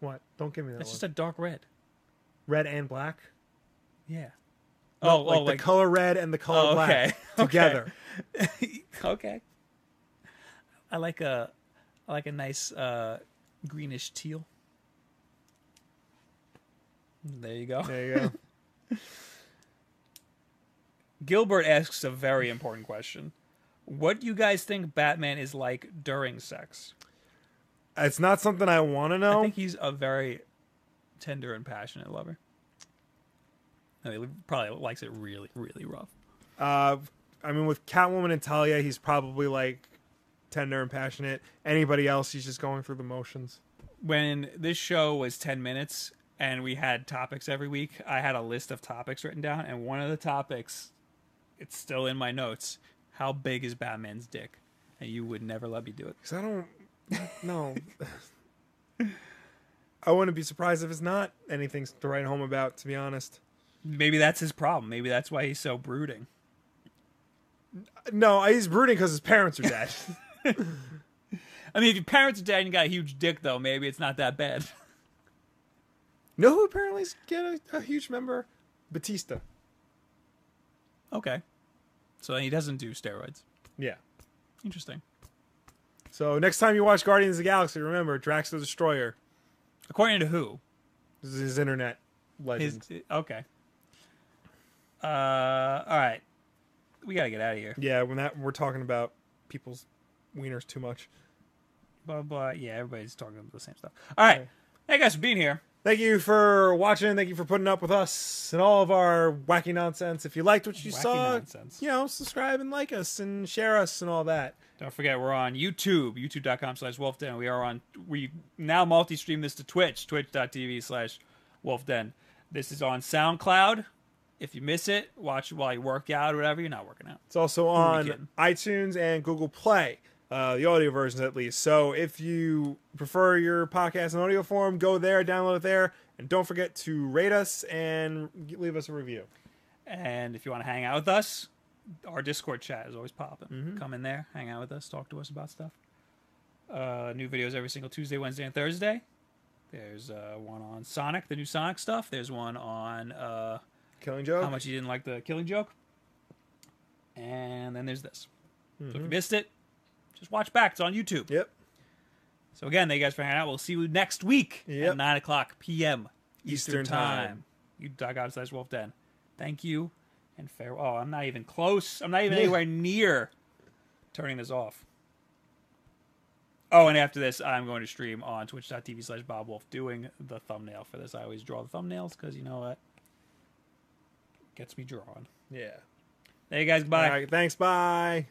Speaker 1: What? Don't give me that.
Speaker 2: That's
Speaker 1: look.
Speaker 2: just a dark red.
Speaker 1: red and black.
Speaker 2: Yeah.
Speaker 1: No,
Speaker 2: Oh,
Speaker 1: like
Speaker 2: oh,
Speaker 1: the
Speaker 2: like,
Speaker 1: color red and the color
Speaker 2: Oh,
Speaker 1: black
Speaker 2: okay.
Speaker 1: together.
Speaker 2: okay. I like a, I like a nice uh, greenish teal. There you go.
Speaker 1: There you go.
Speaker 2: Gilbert asks a very important question. What do you guys think Batman is like during sex?
Speaker 1: It's not something I want to
Speaker 2: I
Speaker 1: know.
Speaker 2: think he's a very tender and passionate lover. I mean, he probably likes it really, really rough.
Speaker 1: uh, I mean, with Catwoman and Talia, he's probably like tender and passionate. Anybody else, he's just going through the motions.
Speaker 2: When this show was 10 minutes and we had topics every week, I had a list of topics written down, and one of the topics, it's still in my notes how big is Batman's dick? And you would never let me do it.
Speaker 1: Because I don't know. I wouldn't be surprised if it's not anything to write home about. To be honest,
Speaker 2: Maybe that's his problem. Maybe that's why he's so brooding.
Speaker 1: no, he's brooding because his parents are dead.
Speaker 2: I mean, if your parents are dead and you got a huge dick, though, maybe it's not that bad.
Speaker 1: know who apparently is get a, a huge member? Batista.
Speaker 2: okay. So he doesn't do steroids.
Speaker 1: Yeah.
Speaker 2: Interesting.
Speaker 1: So next time you watch Guardians of the Galaxy, remember Drax the Destroyer.
Speaker 2: According to who?
Speaker 1: This is his internet
Speaker 2: His,
Speaker 1: legend.
Speaker 2: okay. Uh, all right. We gotta get out of here.
Speaker 1: Yeah, when that we're talking about people's wieners too much.
Speaker 2: Blah blah. Yeah, everybody's talking about the same stuff. All right. Hey guys for being here.
Speaker 1: Thank you for watching. Thank you for putting up with us and all of our wacky nonsense. If you liked what you
Speaker 2: Wacky
Speaker 1: saw,
Speaker 2: nonsense.
Speaker 1: you know, subscribe and like us and share us and all that.
Speaker 2: Don't forget we're on YouTube, youtube.com slash wolfden. We are on we now multi-stream this to Twitch, twitch.tv slash wolfden. This is on SoundCloud. If you miss it, watch it while you work out or whatever. You're not working out.
Speaker 1: It's also
Speaker 2: kidding?
Speaker 1: on iTunes and Google Play, uh, the audio versions at least. So if you prefer your podcast in audio form, go there, download it there, and don't forget to rate us and g- leave us a review.
Speaker 2: And if you want to hang out with us, our Discord chat is always popping. Come in there, hang out with us, talk to us about stuff. Uh, new videos every single Tuesday, Wednesday, and Thursday. There's uh, one on Sonic, the new Sonic stuff. There's one on uh,
Speaker 1: Killing Joke.
Speaker 2: how much you didn't like the killing joke. And then there's this. So if you missed it, just watch back. It's on YouTube.
Speaker 1: Yep.
Speaker 2: So again, thank you guys for hanging out. We'll see you next week
Speaker 1: Yep.
Speaker 2: at nine o'clock p.m.
Speaker 1: Eastern
Speaker 2: Eastern,
Speaker 1: time.
Speaker 2: time. You dug out slash wolf den. Thank you and farewell. Oh, I'm not even close. I'm not even anywhere near turning this off. Oh, and after this, I'm going to stream on twitch.tv slash Bob Wolf doing the thumbnail for this. I always draw the thumbnails because you know what? Gets me drawn.
Speaker 1: Yeah.
Speaker 2: There you guys,
Speaker 1: All
Speaker 2: bye.
Speaker 1: right. Thanks. Bye.